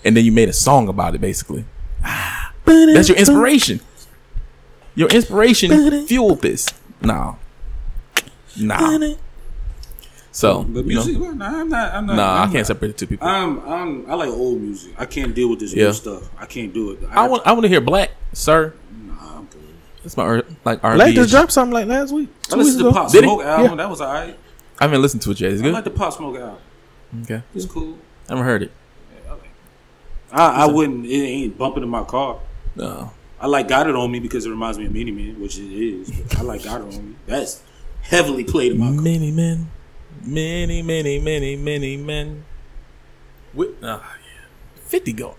And then you made a song about it, basically. That's your inspiration. Your inspiration fueled this. Nah. Nah. So,
But
you know,
music, well, nah, I'm not. I'm not
nah,
I'm
I can't separate the two people. I
I'm, I'm, I like old music. I can't deal with this
Yeah.
new stuff. I can't do it.
want, I want to hear Black, sir.
Nah, I'm good.
That's my, R- like, R&B.
Black just dropped something like last week.
I
Two weeks
listened to
ago.
Pop
Did he?
Smoke album.
Yeah.
That was alright.
I haven't listened to it yet. Is it
I
good?
like the Pop Smoke album.
Okay.
It's cool.
I haven't heard it.
I, I wouldn't. It ain't bumping in my car.
No.
I like Got It on Me because it reminds me of Mini Man, which it is. But I like Got It on Me. That's heavily played in my car.
Many men. Many, many, many, many men. With, ah, yeah. 50 going.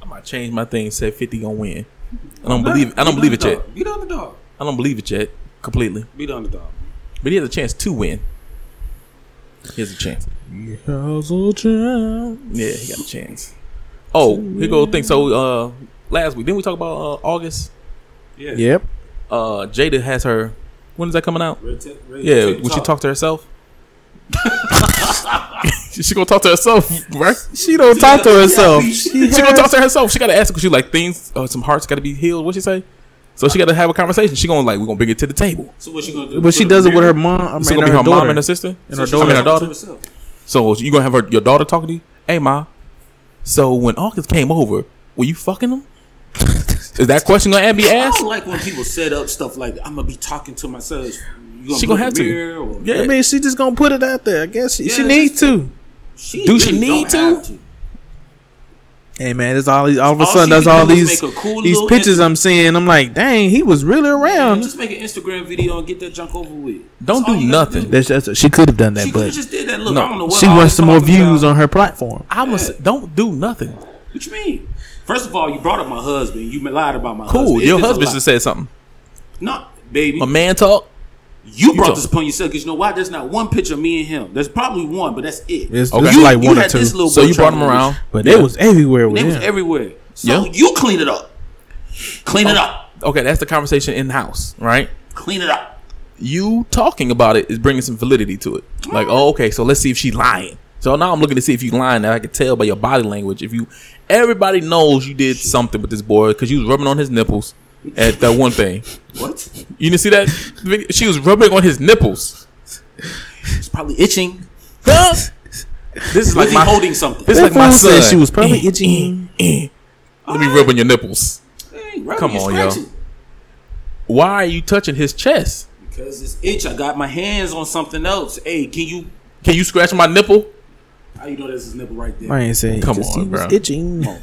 I might change my thing and say 50 gonna win. I don't believe I don't believe it yet.
Be the underdog.
I don't believe it yet. Completely.
Be the underdog.
But he has a chance to win. He has a chance.
Pop.
Yeah, he got a chance. Oh, here go the thing. So uh last week, didn't we talk about uh, August?
Yeah.
Yep.
Uh Jada has her when is that coming out?
Red tip- red
Yeah,
tip
would she talk to herself? she gonna talk to herself, right?
She don't talk to herself. She,
She gonna talk to herself. She gotta ask because she like things. Uh, some hearts gotta be healed. What she say? So she gotta have a conversation. She gonna like we gonna bring it to the table.
So what she gonna do?
but she
Put
does it with her
mirror?
mom. I mean,
It's gonna be
her,
her mom
daughter.
and her sister.
And her
She
daughter.
I mean, her
talk to
daughter.
herself.
So you gonna have her your daughter talking to you? Hey, ma. So when August came over, were you fucking him? Is that question gonna be
I
asked?
don't like when people set up stuff like I'm gonna be talking to myself. You
She
look
gonna
in
have
the
to.
mirror Or,
Yeah.
I mean, she just gonna put it out there. I guess she, she
Yeah,
needs to.
She
Do she
really
need
don't
to?
have
Hey man, it's all these. All of a
All
sudden,
she
that's
can
all
do is
these
make a cool
these
little
pictures
Insta-
I'm seeing. I'm like, dang, he was really
Yeah,
around.
just make an Instagram video and get that junk over with.
Uh-huh. Don't
That's all
do
you gotta
nothing.
That's, that's, she could have done that,
She could
but
have just did that. Look,
No.
I don't know what
she
all
wants
this
some more
talking about-
views on her platform.
I was don't do nothing.
What you mean? First of all, you brought up my husband. You lied about my husband.
Cool.
It's
Your
just a
husband
lie.
just said something.
No, baby.
A man talk.
you brought
talk.
this upon yourself because you know why? There's not one picture of me and him. There's probably one, but that's it.
It's,
Okay.
it's
You-
like
you
one or
had
two,
this little
So
boy
you brought him
trying to-
around.
but they
Yeah.
was everywhere with
They was
him.
everywhere. So
Yeah. Oh.
you clean it up. Clean it up.
okay. That's the conversation in house, right?
Clean it up.
you talking about it is bringing some validity to it. Like, oh, okay, so let's see if she's lying. So now I'm looking to see if you lying. Now I can tell by your body language if you. Everybody knows you did something with this boy because you was rubbing on his nipples at that one thing.
What?
You didn't see that? video? She was rubbing on his nipples.
It's probably itching.
Huh? This is
Like
like
he
my.
holding something.
This is
That
like my
fool said
son.
she was probably
Eh,
itching.
eh, eh. Let me rub on your nipples.
Hey, rubbing,
Come
you're
on, yo.
scratching.
Why are you touching his chest?
Because it's itch. I got my hands on something else. Hey, can you?
Can you scratch my nipple?
How you know that's his nipple right there?
I ain't saying.
Come
Come on,
on,
he was
bro.
itching.
Come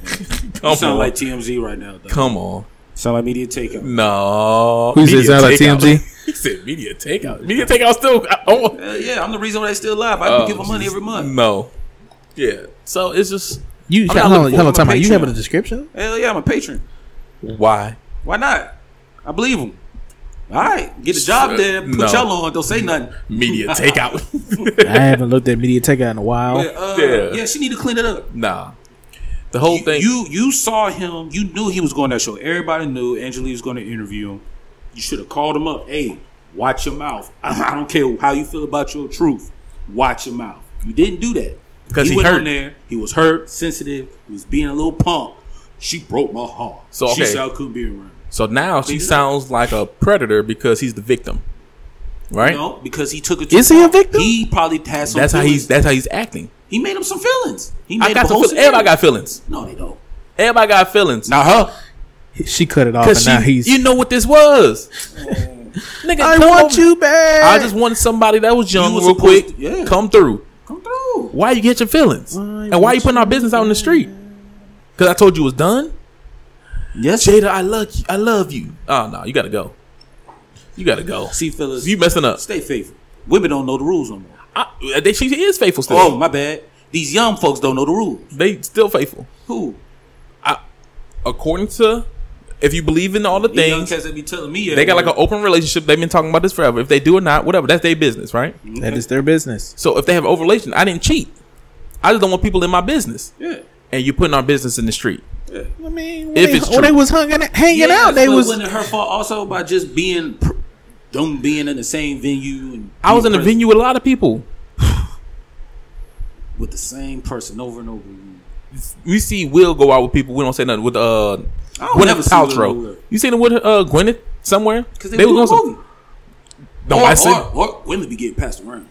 You sound
on,
like TMZ right now. Though.
come on.
Sound like media takeout.
No.
Who said
Media
sound like
takeout.
TMG?
he said media takeout. Media takeout still. I, oh,
Hell yeah, I'm the reason why they still live. I
oh,
give them money every month.
No. Yeah. So it's just
You
I'm not
hold on,
looking
hold on,
for
time out. You
Patreon.
have a description?
Hell yeah, I'm a patron.
why.
Why not? I believe them. All right, get a job there. Put
No.
y'all on. Don't say nothing.
Media takeout.
I haven't looked at media takeout in a while.
Yeah, uh,
Yeah.
yeah, she need to clean it up.
nah. The whole thing.
You you saw him. You knew he was going to that show. Everybody knew Angelique was going to interview him. You should have called him up. Hey, watch your mouth. I don't care how you feel about your truth. Watch your mouth. You didn't do that
'Cause he
went
hurt.
on there. He was hurt, sensitive. He was being a little punk. She broke my heart.
So,
she
okay.
said I couldn't be around.
so now she
Big up.
sounds like a predator because he's the victim, right?
No, because he took it. too
Is he a
far.
victim?
He probably had some.
That's how
feelings.
he's. That's how he's acting.
He made him some feelings. He made
I got
up a
some
whole
feelings.
scenario.
Everybody got feelings.
No, they don't.
Everybody got feelings.
Not her.
She cut it off, and
Cause
now
she,
he's.
you know what this was, nigga.
I
come
want
over-
you back.
I just wanted somebody that was young,
You was
real quick.
supposed to- yeah.
Come through.
Come through.
Why you get your feelings? and why you putting our business out in the street? Because I told you it was done.
Yes.
Jada, I love you. I love you. Oh no, you gotta go. You gotta go.
See, fellas,
You messing up.
stay faithful. Women don't know the rules no more.
I, they, she is faithful still.
Oh, my bad. These young folks don't know the rules.
They still faithful.
Who?
According to, if you believe in all the
These young
things,
cats that be telling me
they got like an open relationship. They've been talking about this forever. If they do or not, whatever, that's their business, right?
that is their business.
So if they have open relation, I didn't cheat. I just don't want people in my business.
yeah.
And you putting our business in the street.
I mean, when,
If
they,
it's
when
true.
they was hanging, hanging
Yeah,
out, they
but
was.
wasn't it her fault also by just being pr- them being in the same venue and
I was in
being
a
present
venue with a lot of people.
with the same person over and over again.
We see Will go out with people. We don't say nothing with uh
I don't never
Gwyneth
see Will
Paltrow.
nowhere.
You seen him with uh Gwyneth somewhere?
Because they, were
was
doing
going
a movie.
some- No,
or,
I said
or, or women be getting passed around.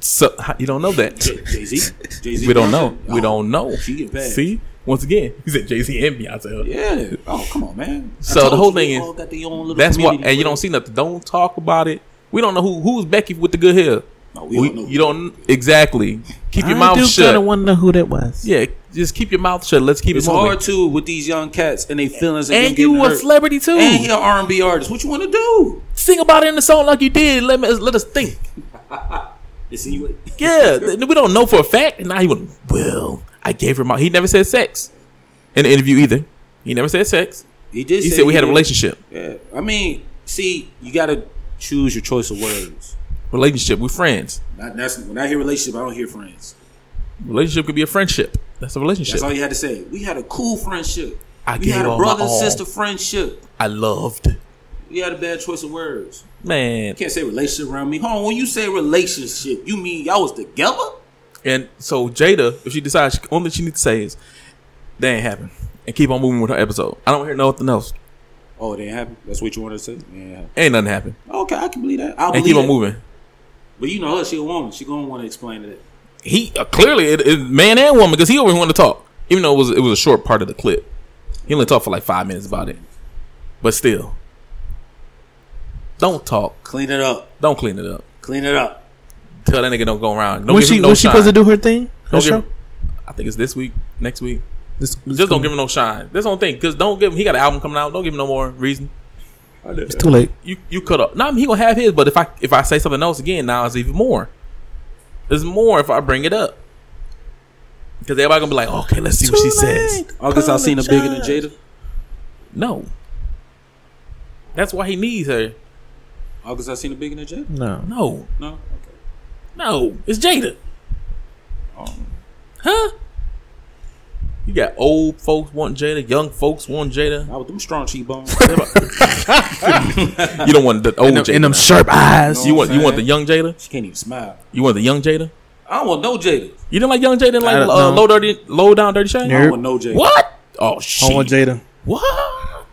so, you don't know that.
Jay Z. Jay Z.
we don't know. We don't know.
she get bad.
See, once again, he said Jay Z and Beyonce.
Yeah. Oh, come on, man. I
So the
told
whole
you, they
thing is-
all got their own little
That's why,
community
and you
where-
don't see nothing. Don't talk about it. We don't know who who's Becky with the good hair.
No, we
We,
don't know.
you don't exactly keep your
I
mouth
do kind
shut.
of want to know who that was.
yeah, just keep your mouth shut. Let's keep
It's
it moving.
hard too with these young cats and they feelings. them
and you
getting
a
hurt.
celebrity too.
And he an R and B artist. What you want to do?
Sing about it in the song like you did. Let me let us think.
Listen, you.
Yeah, th- we don't know for a fact. And now he went, well, I gave her my. He never said sex in the interview either. He never said sex.
He did.
He
say
said we had a
did.
relationship.
Yeah. I mean, see, you got to choose your choice of words.
Relationship. We're friends.
Not, that's when I hear relationship, I don't hear friends.
Relationship could be a friendship. That's a relationship.
That's all you had to say. We had a cool friendship.
I
we
gave
had
all
a
my
brother and
all.
sister friendship.
I loved.
We had a bad choice of words.
Man.
You can't say relationship around me. Hold on, when you say relationship, you mean y'all was together?
And so Jada, if she decides, she, only she needs to say is, that ain't happened. And keep on moving with her episode. I don't hear nothing else.
Oh, they ain't happy. That's what you wanted to say. Yeah.
Ain't nothing happened.
Okay, I can believe that. I'll
And
believe
keep on
that.
moving.
But you know her, she a woman. She gonna want to explain it.
He uh, clearly it, it, man and woman because he always wanted to talk, even though it was it was a short part of the clip. He only talked for like five minutes about it, but still, don't talk.
Clean it up.
Don't clean it up.
Clean it up.
Tell that nigga don't go around. Don't
When
give
she
him no
when she
shine.
supposed to do her thing? Her
Don't give
show?
him- I think it's this week, next week.
This- this
Just don't
cool.
give him no shine. That's the only thing. Because don't give him. He got an album coming out. Don't give him no more reason.
It's too late.
you you cut up. Now he gonna have his, but if I if I say something else again, now it's even more. There's more if I bring it up because everybody gonna be like, okay, let's see what she says.
August, I seen her bigger than Jada.
No, that's why he needs her.
August, I seen her bigger than Jada.
No.
No,
No. Okay.
no, it's Jada,
Um,
huh? You got old folks want Jada, young folks want Jada.
not with them strong cheekbones.
You don't want the old
And them,
Jada.
and them sharp eyes.
you want you want the young Jada.
she can't even smile.
You want the young Jada.
I don't want no Jada.
You didn't like young Jada, and like
I don't
uh,
know.
low dirty, low down dirty shade.
I
Nope.
don't want no Jada.
What? Oh
I want
shit!
Jada.
What?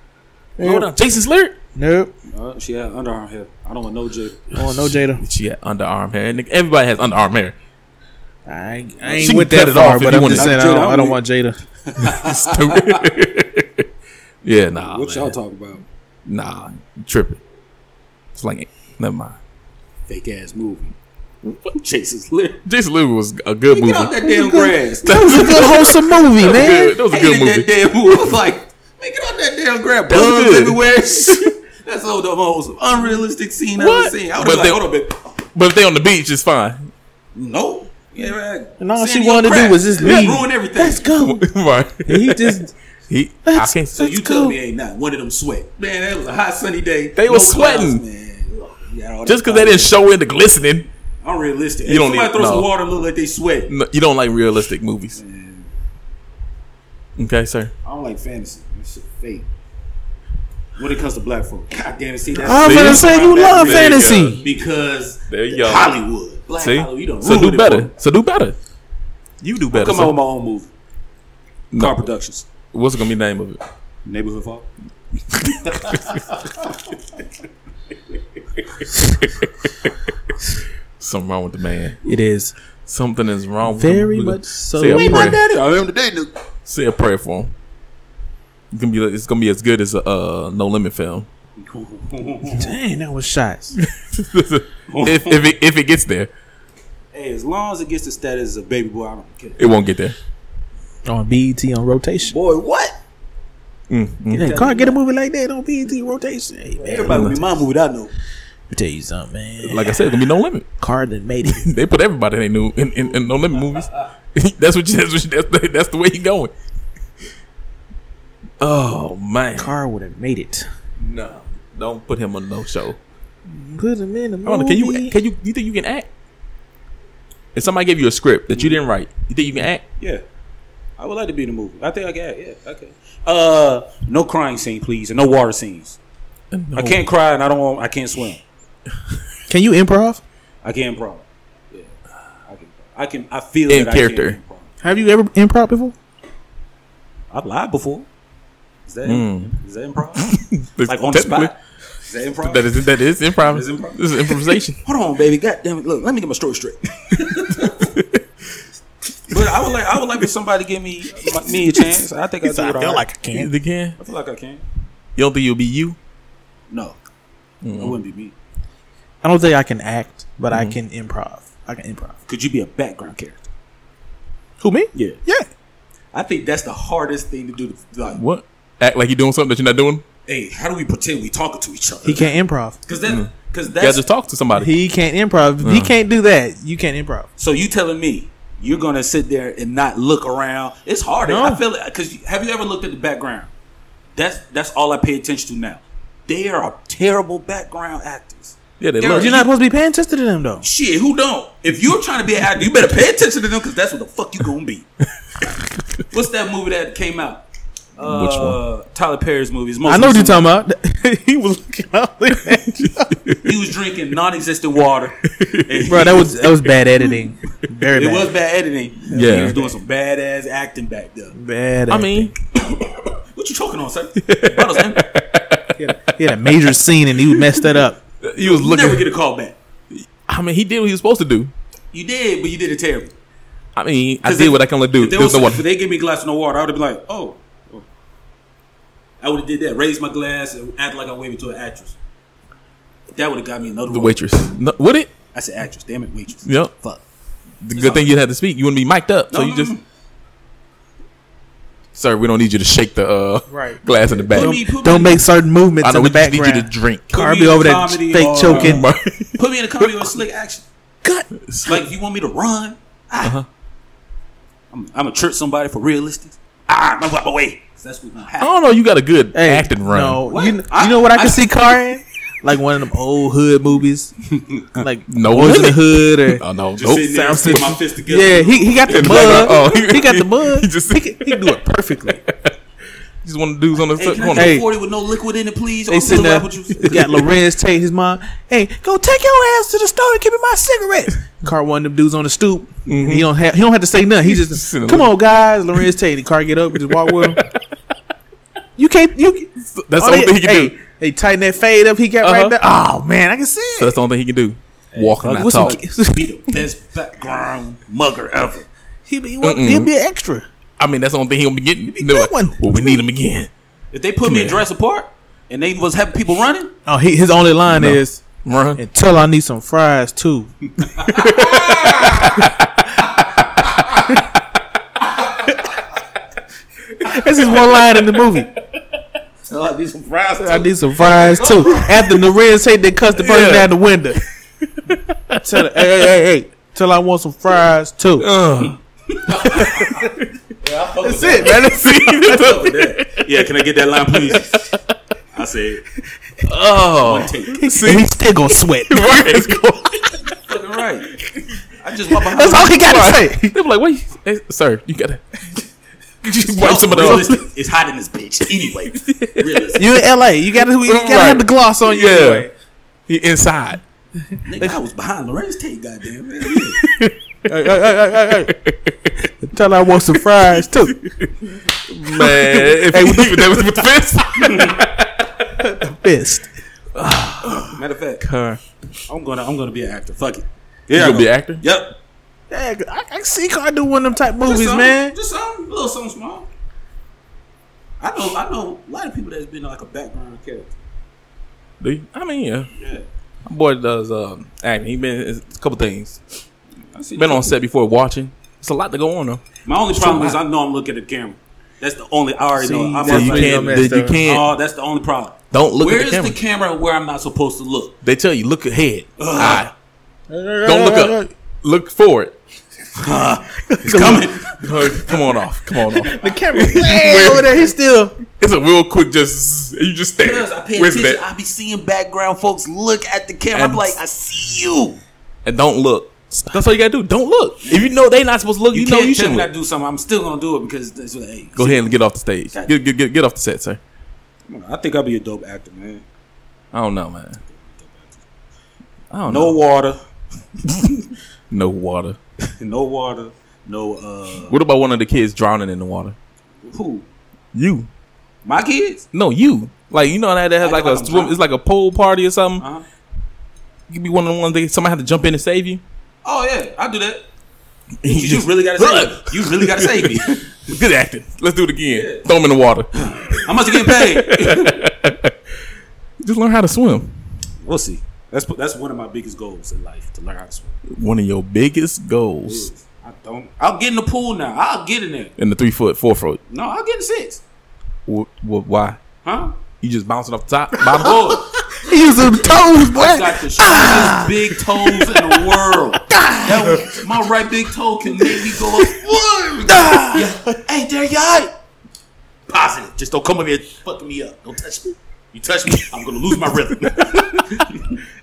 Nope.
Hold on, Jason Slurt.
Nope.
Uh, she had underarm hair. I don't want no Jada.
I want no Jada.
She had underarm hair. Nigga, Everybody has underarm hair.
I, ain't- I
She
ain't
can
with
cut
that
it
far,
off if
but
you
I'm
want
just
to-
saying I
Jada,
don't,
I'm
I don't
with-
want Jada.
yeah, nah,
What
man.
y'all talking about?
nah, you tripping. It's like, never mind.
Fake ass movie. Jason's lip.
Jason Lee was a good movie.
Get out
That
that damn grass.
That was a good wholesome movie, man.
was good- that was a
Hated
good
that
movie.
damn movie. I was like, man, get out that damn grass.
was
Bugs
good.
everywhere. That's all the most unrealistic scene I've
What?
ever seen. I was
But
like,
they-
hold on, bit.
But if they on the beach, it's fine.
No. Yeah, man.
And all she
Sandy
wanted to
on
do
crack.
was just
That
leave.
Ruin everything.
Let's go.
right.
He just
He, I
That's-
can't
So you
Let's
tell
go.
me ain't not one of them sweat. Man, that was a hot sunny day.
They was sweating.
man. You got all that
Just because they
clouds.
didn't show in the glistening,
Unrealistic.
You
Hey,
don't
somebody
need-
throw some
no.
water and look like they sweat.
no, you don't like realistic movies. Okay, sir.
I don't like fantasy. That shit fake. When it comes to black folk, God damn it, see that?
I'm gonna say you love
There you go.
fantasy.
because
There you go.
Hollywood, black
See,
Hollywood, you done
so do
ruined it,
better.
boy.
So do better. You do better.
Come
sir.
out with my own movie,
No.
Car Productions,
What's gonna be the name of it?
Neighborhood Folk.
Something wrong with the man.
It is
Something is wrong. with
very
him.
much so.
Say a
Ain't my
prayer.
daddy. I remember the day, nigga.
Say a prayer for him. It's gonna be. like- It's gonna be as good as a uh, No Limit film.
Dang, that was shots.
if if it, if it gets there,
hey, as long as it gets the status of baby boy, I don't care.
it won't get there.
on BET on rotation.
Boy, what?
Mm, mm.
Yeah, can't get a movie like that on BET rotation. Hey, man,
Everybody would be my movie. that I know.
let me tell you something, man.
Like I said, it's gonna be No Limit.
Car that made it.
They put everybody they knew in, in, in No Limit movies. that's what. you- That's, what you- that's, the, that's the way you going. Oh man,
Car would have made it.
no! Don't put him on no show.
Put him in the
I wonder,
movie.
can you can you you think you can act? If somebody gave you a script that you didn't write, you think you can act?
Yeah, I would like to be in the movie. I think I can. Yeah, okay. Uh, no crying scene, please, and no water scenes. I can't cry, and I don't. Want, I can't swim.
Can you improv?
I can't improv. Yeah, I can. I can. I feel
In
that I
character.
can improv.
Have you ever improv before?
I've lied before. Is that is that improv?
can't.
like on the spot? Is that improv?
That is that is improv.
That is improv.
This is improvisation.
Hold on, baby. God damn it! Look, let me get my story straight. but I would like. I would like if somebody give me me a chance. I think I do it. I feel like.
I
you
can.
don't
I feel like I can.
think you'll be you?
No, it wouldn't be me.
I don't think I can act, but I can improv. I can improv.
Could you be a background character?
Who me?
Yeah.
Yeah.
I think that's the hardest thing to do. Like,
What? Act like you're doing something that you're not doing?
hey, how do we pretend we talking to each other?
He can't improv.
Because that, because
You
that's
gotta just talk to somebody.
He can't improv. If He can't do that. You can't improv.
so you telling me you're gonna sit there and not look around? It's hard.
No.
I feel it. Because have you ever looked at the background? That's that's all I pay attention to now. They are terrible background actors.
yeah, they
You're
But
love you.
you're not supposed to be paying attention to them though.
Shit, who don't? If you're trying to be an actor, you better pay attention to them because that's what the fuck you gonna be. What's that movie that came out? Uh,
Which
Tyler Perry's movie. It's
I know what
mostly-
you're talking about. he was looking out there.
He was drinking non-existent water. And
Bro, that was that was bad editing. Very
it
bad.
was bad editing.
Yeah.
he was doing some badass acting back there.
bad.
I
editing.
mean,
What you choking on, sir? Bottles, man.
he had a major scene and he messed that up.
he was
You never
looking.
get a call back.
I mean, he did what he was supposed to do.
You did, but you did it terrible.
I mean, I
'Cause
did
if-
what I can only do.
If, there
There
was,
was no
if
one.
they gave me a glass of no water, I would have been like, oh. oh. I would have did that. Raised my glass and act like I waving to an actress. That would have got me another
The
one.
waitress. No, would it?
I said actress. Damn it, waitress.
Yep.
Fuck.
The good thing you had to speak. You wouldn't be mic'd up. So
No,
you
no,
just.
no.
Sir, we don't need you to shake the uh,
Right.
glass in the back.
Put me- put me-
Don't make certain movements
I know
in the
we just need
background.
you to drink.
Car
Could
be
be
over there
comedy
fake
or-
choking.
Put me in a comedy or slick action.
Cut.
Like, if you want me to run? Ah. I'm, I'm gonna church somebody for realistic. Ah, I'm out my way. 'Cause That's what's gonna
I
happen.
don't know. You got a good
Hey,
acting run.
No,
What?
you, kn-
I-
you know what I can
I-
see Car in? Like one of them old hood movies, like
No
Boys in the
Limit.
Hood or
Oh, no,
Just sitting
nope.
there,
sounds
sticking
good.
my fist together.
yeah, he, he got the
Like,
mug.
oh,
he,
he-
got the mug.
he
He
just-
he, can, he can do it perfectly.
Just want to do on the
Hey, can I
corner.
get
Hey.
forty with no liquid in it, please?
They
Or
sitting
sitting
there.
apple juice?
Got Lorenz Tate, his mom. Hey, go take your ass to the store and give me my cigarettes. Car one of them dudes on the stoop. and He don't have. He don't have to say nothing. He just
Mm-hmm. Sitting
come
there.
on, guys. Lorenz Tate. The car get up. Just walk with him. You can't. You.
That's
all
the only
they-
thing he can
Oh, hey,
do.
Hey, tighten that fade up. He got
Uh-huh.
right there. Oh man, I can see
So
it.
that's the only thing he can do. Walk and not
With Uh, some
talk.
ki-
be the best background mugger ever.
he be, he want- he'll be an extra.
I mean, that's the only thing he gonna be getting.
a
No,
good one.
Well, we need him again.
If they put me in dress apart and they was having people running,
Oh, he, his only line
No.
is
Run.
until I need some fries too. That's his one line in the movie.
so I'd be surprised.
I need some fries too. After Narez said they cussed the person
Yeah.
out the window. Tell her, hey, hey, hey, hey. Till I want some fries too.
Uh,
That's it, man. That's it.
yeah, can I get that line, please? I said,
oh,
take
And he still gonna sweat.
right.
fucking right. I just walk behind.
That's all he gotta say.
They be like, "Wait, hey, sir, you gotta Wipe some of those.
realistic. It's hot in this bitch. Anyway, realistic.
You in LA. You gotta you gotta
Right.
have the gloss on you
Yeah.
anyway.
He inside.
Nigga, I was behind Lorenz Tate, goddamn. Man.
Hey, hey, hey, hey, hey, hey. Tell her I want some fries too.
Man, if he even that was with the fist.
Fist.
Matter of fact,
Her.
I'm gonna I'm gonna be an actor. Fuck it.
You
Yeah,
gonna be an actor?
Yep.
Yeah, I, I see Car do one of them type
Just
movies,
something,
man.
Just something, a little something small. I know, I know a lot of people that's been like a background character.
Do you? I mean, yeah.
Yeah,
My boy does um, acting. He been it's a couple things.
I see.
Been on set before watching. It's a lot to go on though.
My only problem is I know I'm looking at the camera. That's the only I already
See,
know. I'm
that's
not
you
where
looking at
can't.
gonna mess
that You
up.
the camera.
can't.
Oh, that's the only problem.
Don't look
Where
at
is
the camera.
the camera where I'm not supposed to look?
they tell you look ahead. Eye. Don't look up. Look forward.
It's coming.
Come on off. Come on off.
The camera way over there. He's still.
It's a real quick. Just you just stare.
Because I pay
Where's
attention.
that?
I be seeing background folks look at the camera. I'm
And-
like, I see you.
And don't look. That's all you gotta do. Don't look. If you know they not supposed to look, you,
You
know
can't
you
tell
shouldn't.
me I
Look.
do something. I'm still gonna do it because that's what. Hey,
Go ahead and get off the stage.
God.
Get, get, get, get off the set, sir.
I think I'll be a dope actor, man.
I don't know, man. I don't
No
know.
water,
No water.
no water, no. uh
What about one of the kids drowning in the water?
Who?
You.
My kids?
No, you. Like you know that that has
Like,
like,
like
a
I'm
swim,
drunk.
it's like a pool party or something.
Uh-huh.
You be one of the ones that somebody have to jump in and save you.
Oh yeah, I do that.
You
You,
just-
really gotta save me. You really gotta save me.
Good acting. Let's do it again. Throw them in the water.
How much you getting paid?
Just learn how to swim.
We'll see. That's that's one of my biggest goals in life to learn how to swim.
One of your biggest goals
Is I don't. I'll get in the pool now. I'll get in there.
in the three foot, four foot.
No, I'll get in six.
Wh- wh- Why?
Huh?
You just bouncing off the top, bottom.
Oh.
He was on the toes,
I
boy.
got the strongest big toes in the world. That was- my right big toe can make me go up. Whoa! Yeah. Hey, there you are. Positive. Just don't come over here fucking me up. Don't touch me. You touch me, I'm gonna lose my rhythm.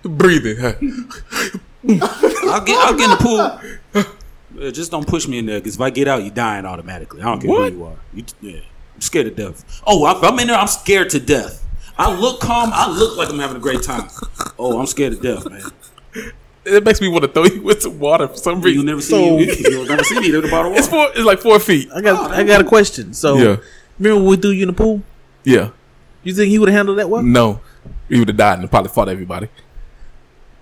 breathing. huh?
I'll get, I'll get in the pool. Uh, Just don't push me in there, because if I get out, you're dying automatically. I don't care
What?
who you are. You, yeah. I'm scared to death. Oh, if I'm in there, I'm scared to death. I look calm. I look like I'm having a great time. Oh, I'm scared to death, man.
It makes me want to throw you into water for some
You'll
reason.
never see me.
So-
You'll never see me. They're the bottle of
It's
water.
four. It's like four feet.
I got
Oh,
I got a question. So
Yeah.
remember when we threw you in the pool?
Yeah.
You think he would have handled that well?
No. You would have died and probably fought everybody.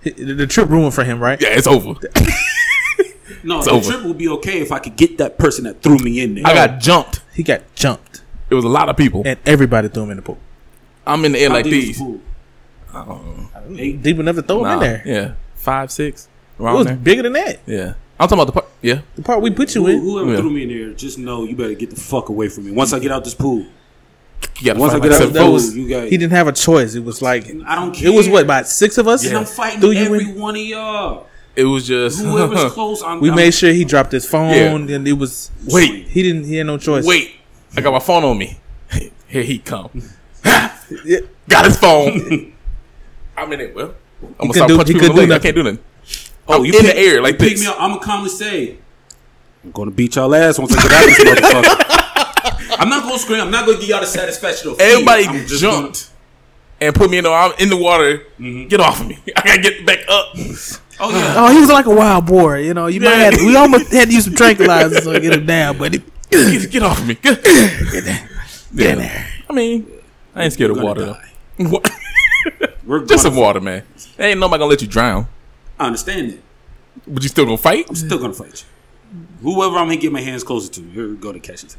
The, the trip ruined for him, right?
Yeah, it's over.
No, the
over.
trip would be okay if I could get that person that threw me in there.
I got jumped.
He got jumped,
It was a lot of people.
and everybody threw him in the pool.
I'm in the air
How
like
deep is
these.
the pool?
I don't know.
Eight?
Deep enough to throw him in
Nah,
there.
Yeah, five, six,
It
around
was
there.
bigger than that.
Yeah, I'm talking about the part. Yeah,
The part we put you
Who-
in.
Whoever
Yeah.
threw me in there, just know you better get the fuck away from me. Once I get out this pool,
you gotta
Once
fight
I get
like
out
seven
of that
folks.
Those-
you got-
he didn't have a choice. It was like
I don't care.
it was what about six of us?
And I'm fighting every one of y'all.
It was just
Whoever's close, I'm.
We
I'm,
made sure he dropped his phone,
Yeah.
and it was
Wait.
He didn't. He had no choice.
wait. I got my phone on me. Here he come.
Yeah.
Got his phone. I'm in it. Well, I'm gonna
couldn't
stop
do-
punching
he
people
couldn't
in the leg.
do
I can't do nothing.
Oh,
I'm in the air like
you pick
this.
Me up, I'm gonna calmly say, I'm gonna beat y'all ass once I get out this motherfucker. I'm not gonna scream. I'm not gonna give y'all the satisfaction. Of fear.
Everybody
I'm just
jumped and put me in the I'm in the water.
Mm-hmm.
Get off of me. I gotta get back up.
Gonna, oh yeah.
Oh, he was like a wild boar. You know, you might
Yeah.
have to, we almost had to use some tranquilizers to get him down, but it,
Get, get off of me. Get, yeah. I mean, I ain't scared of
gonna
water
die.
though. What?
We're
Just
gonna,
some water, man. Ain't nobody gonna let you drown.
I understand that.
But you still gonna fight?
I'm still gonna fight you. Whoever I'm gonna get my hands closer to, here we go to catch it.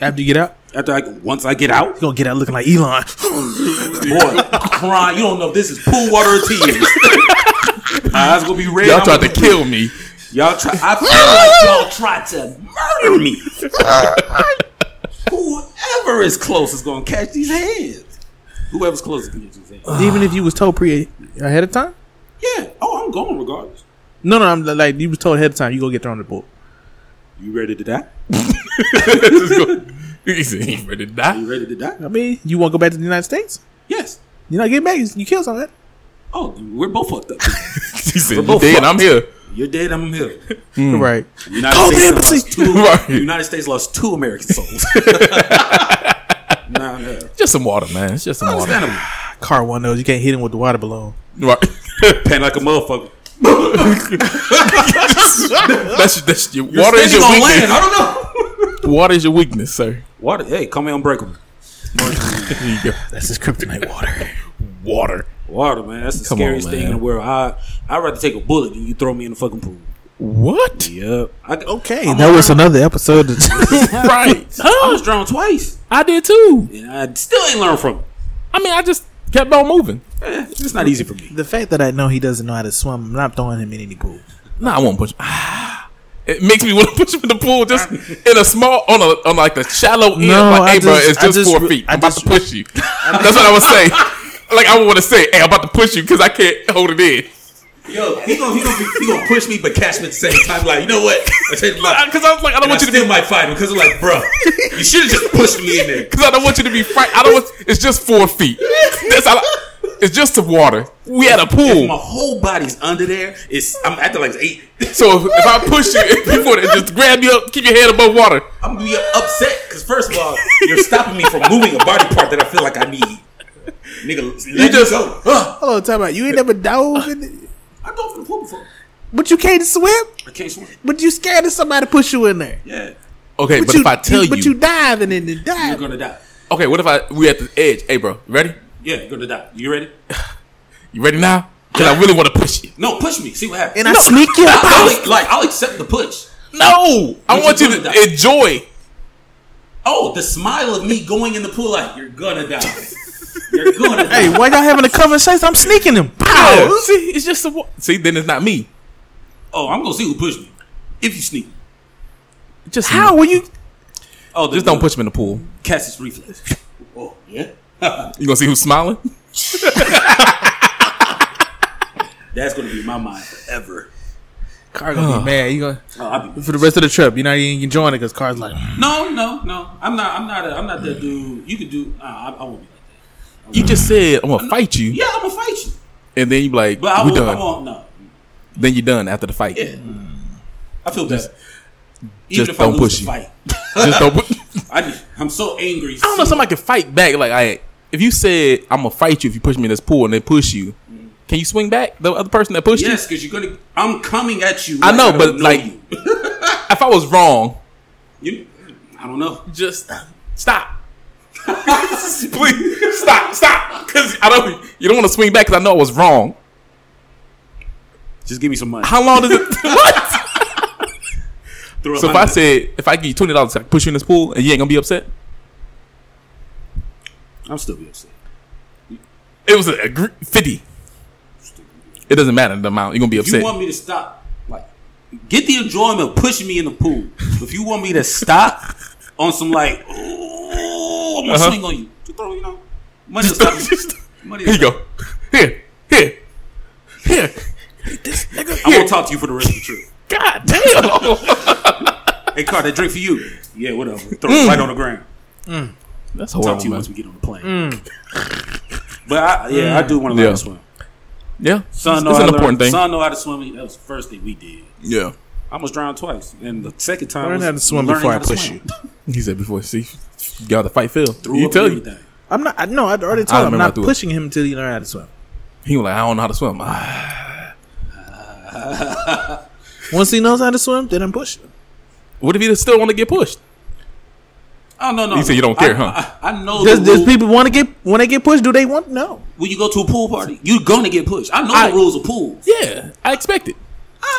after you get out,
After I once I get out,
you gonna get out looking like Elon.
boy, crying. You don't know if this is pool water or tears. My eyes gonna be red.
Y'all
I'm
tried to
gonna-
kill me.
Y'all try. I feel like y'all tried to murder me. Whoever is close is gonna catch these hands. Whoever's close is gonna catch these hands.
Even if you was told pre ahead of time.
Yeah. Oh, I'm going regardless.
No, no, I'm like you was told ahead of time. You gonna get thrown in the pool.
You ready to die?
Just go- He said, "You ready to die?
You ready to die?
I mean, you won't go back to the United States.
Yes.
You're not getting back. You killed something.
Oh, we're both fucked up.
He said,
both
you dead. I'm here.
You're dead. I'm here.
Right.
United
Call the
States
embassy.
lost two.
Right.
United States lost two American souls. nah, nah.
Just some water, man. It's just some water.
Understandable.
Car one knows you can't hit him with the water balloon.
Right.
Pan like a motherfucker.
that's that's your water is
Standing
your
on
weakness.
land. I don't know.
Water is your weakness, sir.
Water. Hey, call me unbreakable.
There you go.
That's his kryptonite water.
Water.
Water, man. That's the
Come on,
scariest thing
man.
in the world. I I'd rather take a bullet than you throw me in the fucking pool.
What?
Yep. I,
Okay, that was another episode. Of-
right.
I
Huh?
was drowned twice,
I did too.
and I still ain't learned from it.
I mean, I just kept on moving.
Eh, it's not easy for me.
the fact that I know he doesn't know how to swim, I'm not throwing him in any pool.
Nah, I won't push. Ah. It makes me want to push him in the pool, just in a small, on a on like a shallow end.
No,
like,
I
hey, bro,
just-
it's
I
just,
just
four
re-
feet.
I
I'm about
just-
to push you. That's what I would say. Like I would want to say, hey, I'm about to push you because I can't hold it in.
Yo, he gonna he gonna, be, he gonna push me, but catch me at the same time. Like you know what? I take my,
Because Uh, I was like, I don't want you to be,
might fight him because I'm like, bro, you should have just pushed me in there.
because I don't want you to be frightened. I don't want. It's just four feet. That's all. I- it's just the water. We had a pool.
My whole body's under there. It's I'm acting like it's eight.
So if, if I push you, if you want to just grab me up, keep your head above water.
I'm gonna be upset because first of all, you're stopping me from moving a body part that I feel like I need. Nigga, let you
just-
just go. Huh?
Hold on, time out. You ain't never dove, in the-
I've gone for the pool before.
but you can't swim.
I can't swim.
But you scared of somebody push you in there.
Yeah,
Okay, but, if I tell you,
but you diving and then
you're
dive.
gonna die.
okay, what if I we at the edge? Hey, bro, ready?
Yeah, you're gonna die. You ready?
You ready now? Because I really want to push you.
No, push me. See what happens.
and I sneak you
I- I'll,
out.
ac- like I'll accept the push.
No, I
But
want you
you're
to
gonna die.
enjoy.
Oh, the smile of me going in the pool like you're gonna die. You're gonna die.
Hey, why y'all having a conversation? I'm sneaking him.
Yeah,
Pow!
See, it's just a wa- see. Then it's not me.
Oh, I'm gonna see who pushed me. If you sneak.
Just
How will you?
Oh, the,
Just don't push him in the pool.
Cassius reflex. Oh yeah.
You gonna see who's smiling?
That's gonna be in my mind forever.
Car gonna be mad. You gonna
Oh, I'll be
for the rest of the trip? You're not even enjoying it because car's like.
No, no, no. I'm not. I'm not. A, I'm not that dude. You can do. Uh, I, I won't be like that.
You just said I'm gonna fight you,
Yeah, I'm gonna fight you,
and then you be like,
but I
we
won't. I
done.
won't. No.
Then you done after the fight.
Yeah. Hmm. I feel bad. Even
just
if I
don't
lose
push
the
you.
fight,
Just don't. put-
I, I'm so angry.
I don't know if somebody can fight back. Like, I if you said I'm gonna fight you if you push me in this pool and they push you, can you swing back the other person that pushed you?
Yes, because you're gonna. I'm coming at you.
I know,
don't
but, like-
you.
If I was wrong,
You- I don't know.
just stop. Please stop, stop, because I don't. You don't want to swing back because I know I was wrong.
Just give me some money.
How long does it? what?
Throw
So if
my
I
money.
said if I give you twenty dollars, I can push you in this pool, and you ain't gonna be upset.
I'm still be upset.
It was a, a gr- fifty. It doesn't matter the amount. You're gonna be
If you
upset.
want me to stop, like, get the enjoyment of pushing me in the pool. If you want me to stop on some like, oh, I'm gonna
Uh-huh.
swing on you. Just throw, you know, money will stop. me.
Just-
Money.
here
will
you
stop
go. Here, here, here.
me. I won't talk to you for the rest of the trip.
God damn.
Hey, Car, that drink for you. Yeah, whatever. Throw it right on the ground.
That's
Talk to
horrible.
you
man.
once we get on the plane. But I, yeah, I do want to learn
Yeah.
to swim.
Yeah,
Son,
it's,
know
it's
how to
an
learn-
important thing.
Son know how to swim. That was the first thing we did.
Yeah,
I almost drowned twice, and the second time
Learn
was
how to swim
learning
before
how
I
to
push
swim.
you.
he said before. See, you got to fight Phil.
Threw
he
up
tell
and
you,
everything.
I'm not. I, no, I already told
I
him. I'm
remember I
not
threw it.
pushing him until he learn how to swim.
he was like, I don't know how to swim. Ah,
Once he knows how to swim, then I'm pushing him.
what if he still want to get pushed?
Oh no, no.
You said you don't
I-
care, huh?
I, I know.
Does,
the
does
rule.
people want to get when they get pushed? Do they want no?
when you go to a pool party, you're gonna get pushed. I know
I-
the rules of pool.
Yeah, I expect it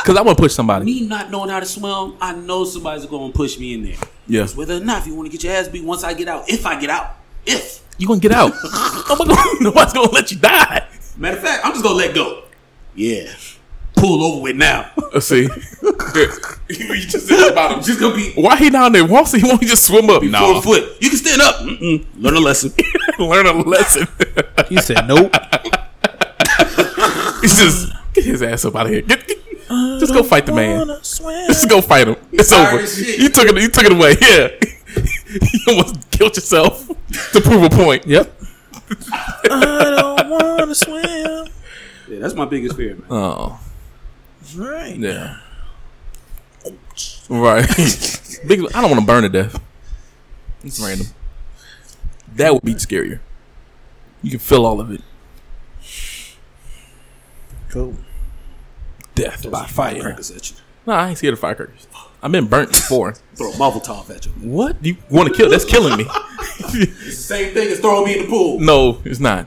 because I want to push somebody.
Me not knowing how to swim, I know somebody's gonna push me in there.
Yeah,
Whether or not if you want to get your ass beat once I get out, if I get out, if
you gonna get out. I'm gonna, nobody's gonna let you die.
matter of fact, I'm just gonna let go. Yeah, pool over with now.
Let's see. you just at the
I'm just gonna be
Why he down there? Why don't he won't he just swim up?
four foot. You can stand up. Mm-mm. Learn a lesson.
learn a lesson.
He said nope.
He's just get his ass up out of here. Get, get- just go fight the man.
Wanna swim.
Just go fight him. It's
tired
over.
as shit.
You took it. You took it away. Yeah. you almost killed yourself to prove a point.
Yep. I don't want to swim.
Yeah, that's my biggest fear, man.
Oh.
Right.
Yeah. Right. Big, I don't want to burn to death. It's random. That would be scarier. You can feel all of it.
Cool.
Death by fire.
Firecrackers at you.
No, I ain't scared of firecrackers. I've been burnt before.
Throw a Molotov at you.
what? You want to kill? That's killing me.
It's the Mm. same thing as throwing me in the pool.
No, it's not.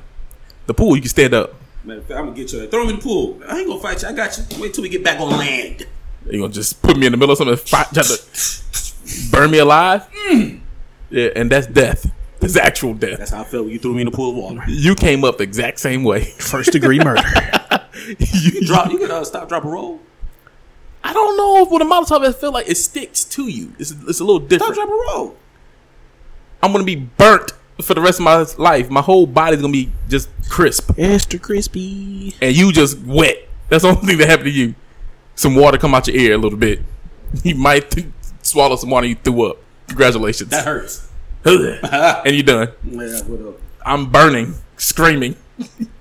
The pool, you can stand up.
Matter of fact, I'm gonna get you. Throw me in the pool. I ain't gonna fight you. I got you. Wait till we get back on land.
They gonna just put me in the middle of something, fi- try to burn me alive. Mm. Yeah, and that's death. That's actual death.
That's how I felt when you threw me in the pool of water.
You came up the exact same way.
First degree murder.
You drop. You can uh, stop, drop, and roll.
I don't know if with a Molotov, I feel like it sticks to you. It's, it's a little
Stop,
different.
drop, and roll.
I'm gonna be burnt for the rest of my life. My whole body's gonna be just crisp,
Extra crispy.
and you just wet. That's the only thing that happened to you. Some water come out your ear a little bit. You might th- swallow some water you threw up. Congratulations.
That hurts.
and you're done.
Yeah. What up?
I'm burning, screaming,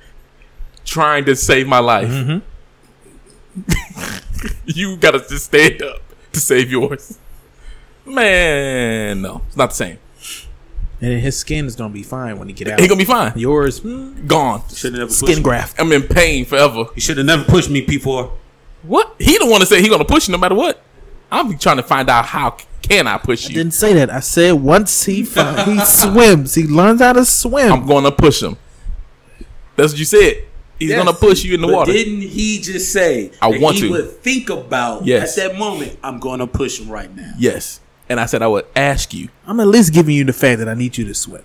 trying to save my life.
Mm-hmm.
you gotta just stand up to save yours. Man, no, it's not the same.
And then his skin is gonna be fine when he get out.
He gonna be fine.
Yours, mm,
Gone.
Should have never
skin
pushed me.
graft.
I'm in pain forever.
You should have never pushed me, P4.
What? He the one that said he gonna push you no matter what. I'm trying to find out how c- can I push you.
Didn't say that. I said once he fi- he swims, he learns how to swim.
I'm gonna push him. That's what you said. He's
Yes,
gonna push you in the
but
water.
Didn't he just say
I
that
want
he
to.
would think about
Yes.
at that moment, I'm gonna push him right now.
yes. And I said I would ask you.
I'm at least giving you the fact that I need you to swim.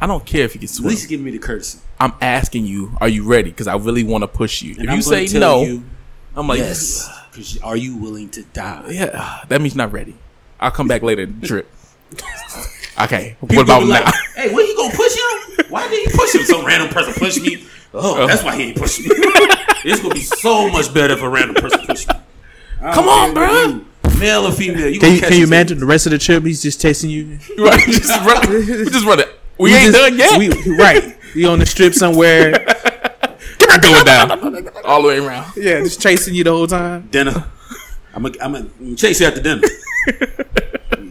I don't care if you can
At
swim.
least give me the courtesy.
I'm asking you, are you ready? Because I really want to push you. if
I'm
you
gonna
say
tell
no,
you,
I'm like,
yes. 'Cause you- Are you willing to die?
yeah, that means you're not ready. I'll come back later and drip. okay,
People
what about
be like,
now?
Hey, what you gonna push him? Why did he push him? Some random person pushed me.
Uh-huh.
Oh, that's why he ain't pushing me. it's gonna be so much better if a random person pushed me. I
Come
don't
on,
care
bruh.
who you, Male or female? You
Can
gonna
you,
catch
can you
his-
imagine the rest of the trip? He's just chasing you.
right, just run, we just run it. We
You
ain't
just-
done yet.
We, right. You on the strip somewhere.
We're going down all the way around.
yeah, just chasing you the whole time.
dinner? I'm gonna I'm gonna chase you after dinner.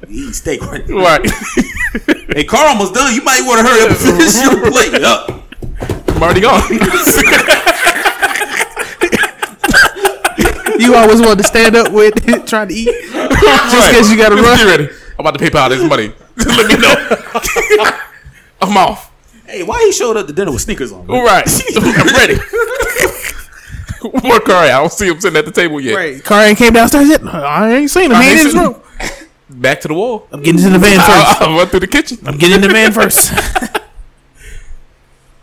Eating steak right now.
Right,
Hey, car almost done. You might want to hurry up and finish your plate up.
I'm already gone.
You always wanted to stand up with trying to eat.
Just
in case you gotta run.
Get ready. I'm about to PayPal all this money. Just let me know. I'm off.
Hey, why he showed up to dinner with sneakers on?
All right, I'm ready. Work, all right. I don't see him sitting at the table yet.
Right. Karen came downstairs. Yet. I ain't seen him.
I
He ain't in his
ain't seen
room.
Back to the wall.
I'm getting to the van
I,
first.
I run through the kitchen.
I'm getting in the van first.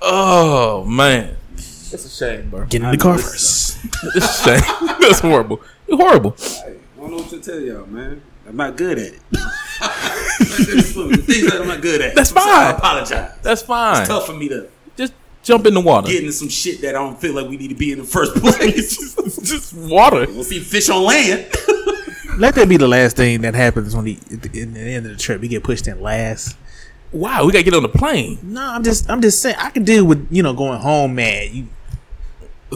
Oh man, it's a shame, bro.
Get in the car first.
It's a shame. That's horrible. It's horrible.
I don't know what to tell y'all, man. I'm not good at it. the things that I'm not good at.
That's
So I
fine.
apologize.
That's fine.
Tough for me to
Just jump in the water.
get into some shit that I don't feel like we need to be in the first place.
Just water.
we'll see fish on land.
Let that be the last thing that happens when he at the, in the end of the trip. He get pushed in last.
Wow, we gotta get on the plane.
No, I'm just I'm just saying I can deal with you know going home mad. You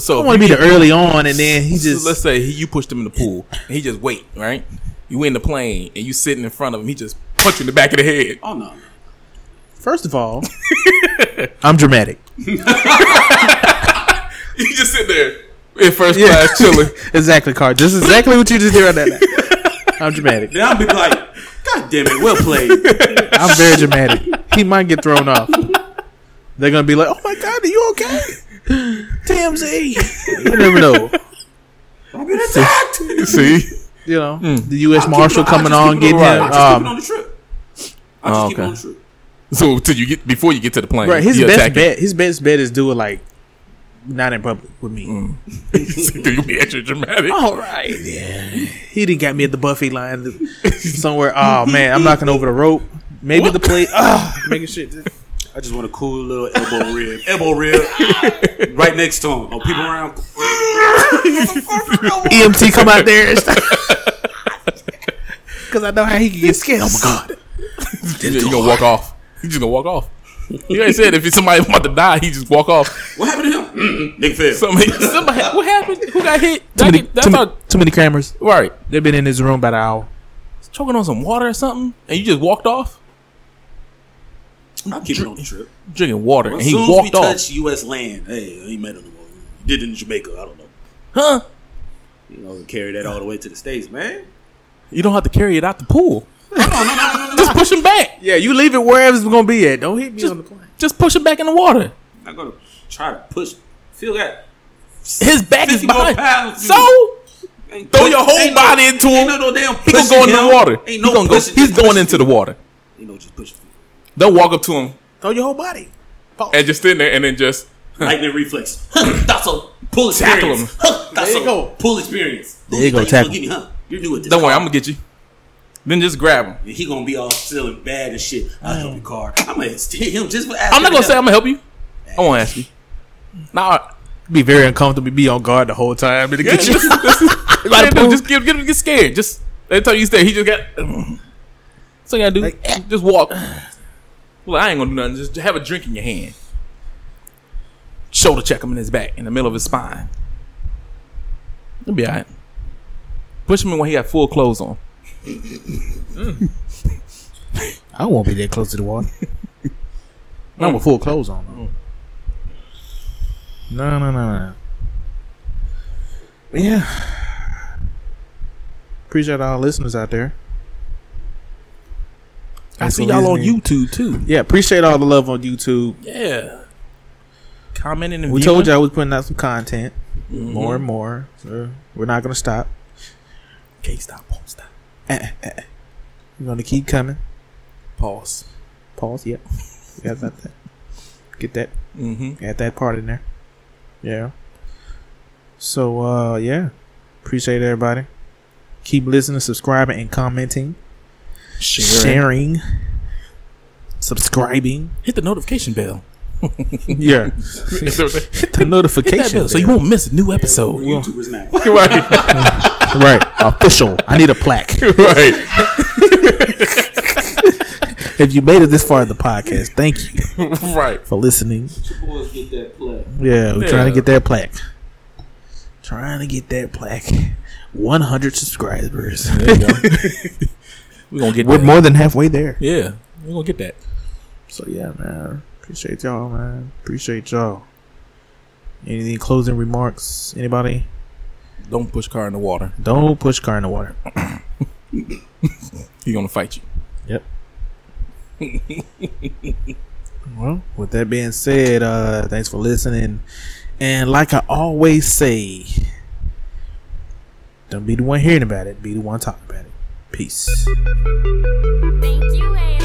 So
I want to be the early on, and then he
just,
just
let's say he, you pushed him in the pool, and he just wait, right? You in the plane, and you sitting in front of him. He just punch you in the back of the head.
Oh no.
first of all, I'm dramatic.
You just sitting there in first
Yeah.
class chilling.
exactly, Car. This is exactly what you just did right now. I'm dramatic.
Then I'll be like, God damn it, well played.
I'm very dramatic. He might get thrown off. They're gonna be like, "Oh my god, are you okay?" TMZ. You never know.
I've been attacked.
See,
You know, the U.S. Marshal coming on,
get
getting
ride.
him.
I
I'll
just keep it on
Um,
the trip. I just
Oh,
keep it on
okay.
the trip.
so till you get before you get to the plane,
right, his
you
best
attack him.
bet, his best bet is do it like not in public with me.
you be extra dramatic.
All right. Yeah. He didn't got me at the Buffy line somewhere. Oh man, I'm knocking over the rope. Maybe the plate. Ah, making shit.
I just want a cool little elbow rib. elbow rib. right next to him. Oh, people around.
EMT E come out there. Because I know how he can get scared. Oh my god.
You just gonna walk off. You just gonna walk off. You ain't said if it's somebody about to die, he just walk off.
What happened to him? Nick Phil.
Somebody, somebody, what happened? Who got hit?
Too
That-
many,
that's
too,
our-
many- too many cameras.
right.
They've been in this room about an hour.
Choking on some water or something, and you just walked off
I'm keeping on the trip.
drinking water,
As
and he
soon as we
walked off.
touch U.S. land, hey, I ain't met him no more. Did it in Jamaica. I don't know.
Huh?
You know, carry that all the way to the states, man.
You don't have to carry it out the pool. just push him back.
Yeah, you leave it wherever it's gonna be at. Don't hit me on the plane.
Just push him back in the water.
I'm not gonna try to push. Feel that.
His back is
50 more
behind.
pounds.
So
Ain't
throw
push-
your whole
ain't no-
body into
Ain't
him.
no, no damn
He gonna
pushing
go in the
him.
water.
Ain't no
he gonna go,
pushing,
he's
just
going
pushing.
into the water.
Ain't no just pushing.
Don't walk up to him
Throw your whole body.
and just stand there and then just
Lightning reflex. That's a pull
Tackle
experience.
him.
Huh, That's
There you
a
go.
pull experience.
There you go,
Thought
tackle.
gonna give me, huh? You're new at this.
don't worry, I'm gonna get you. Then just grab him.
And he gonna be all still and bad and shit. I'll help you, car. I'm gonna hit him just for asking.
I'm not gonna
to
say I'm
help.
gonna help you. I won't ask you. Nah,
Be very uncomfortable. Be on guard the whole time. It'll get you.
Yeah, no, just get, get, get scared. Just they tell you stay. He just got. So you gotta do. just walk. Well, I ain't gonna do nothing. Just have a drink in your hand. Shoulder check him in his back, in the middle of his spine. It'll be alright. Push him in when he got full clothes on.
I won't be that close to the water. Not
Mm.
with full clothes on. Though. No, no, no, no. But yeah. Appreciate all listeners out there.
I
That's
see
what
y'all
his
on
name-
YouTube too.
Yeah, appreciate all the love on YouTube.
Yeah. Commenting and
We
viewing.
told y'all we putting out some content, more and more. So we're not gonna stop.
Can't stop. Won't stop.
We're gonna keep coming.
Pause.
Pause. Yep. Yeah, got that. Get that.
Mm-hmm.
Add that part in there. Yeah. So uh yeah. Appreciate everybody. Keep listening, subscribing, and commenting. Sharing. Subscribing.
Hit the notification bell.
Yeah.
Hit that
the notification.
bell so you won't miss a new episode.
YouTubers now.
right.
right. Official. I need a plaque.
Right.
If you made it this far in the podcast, thank you
right.
for listening.
Boys get that play.
Yeah, we're
Yeah.
trying to get that plaque. Trying to get that plaque. 100 subscribers.
We're gonna get
We're
that.
more than halfway there.
Yeah. We're gonna get that.
So, yeah, man. Appreciate y'all, man. Appreciate y'all. Anything closing remarks? Anybody?
Don't push car in the water.
Don't push car in the water.
He's gonna fight you.
Yep. well, with that being said, uh, thanks for listening. And like I always say, don't be the one hearing about it, be the one talking about it. Peace.
Thank you, AR.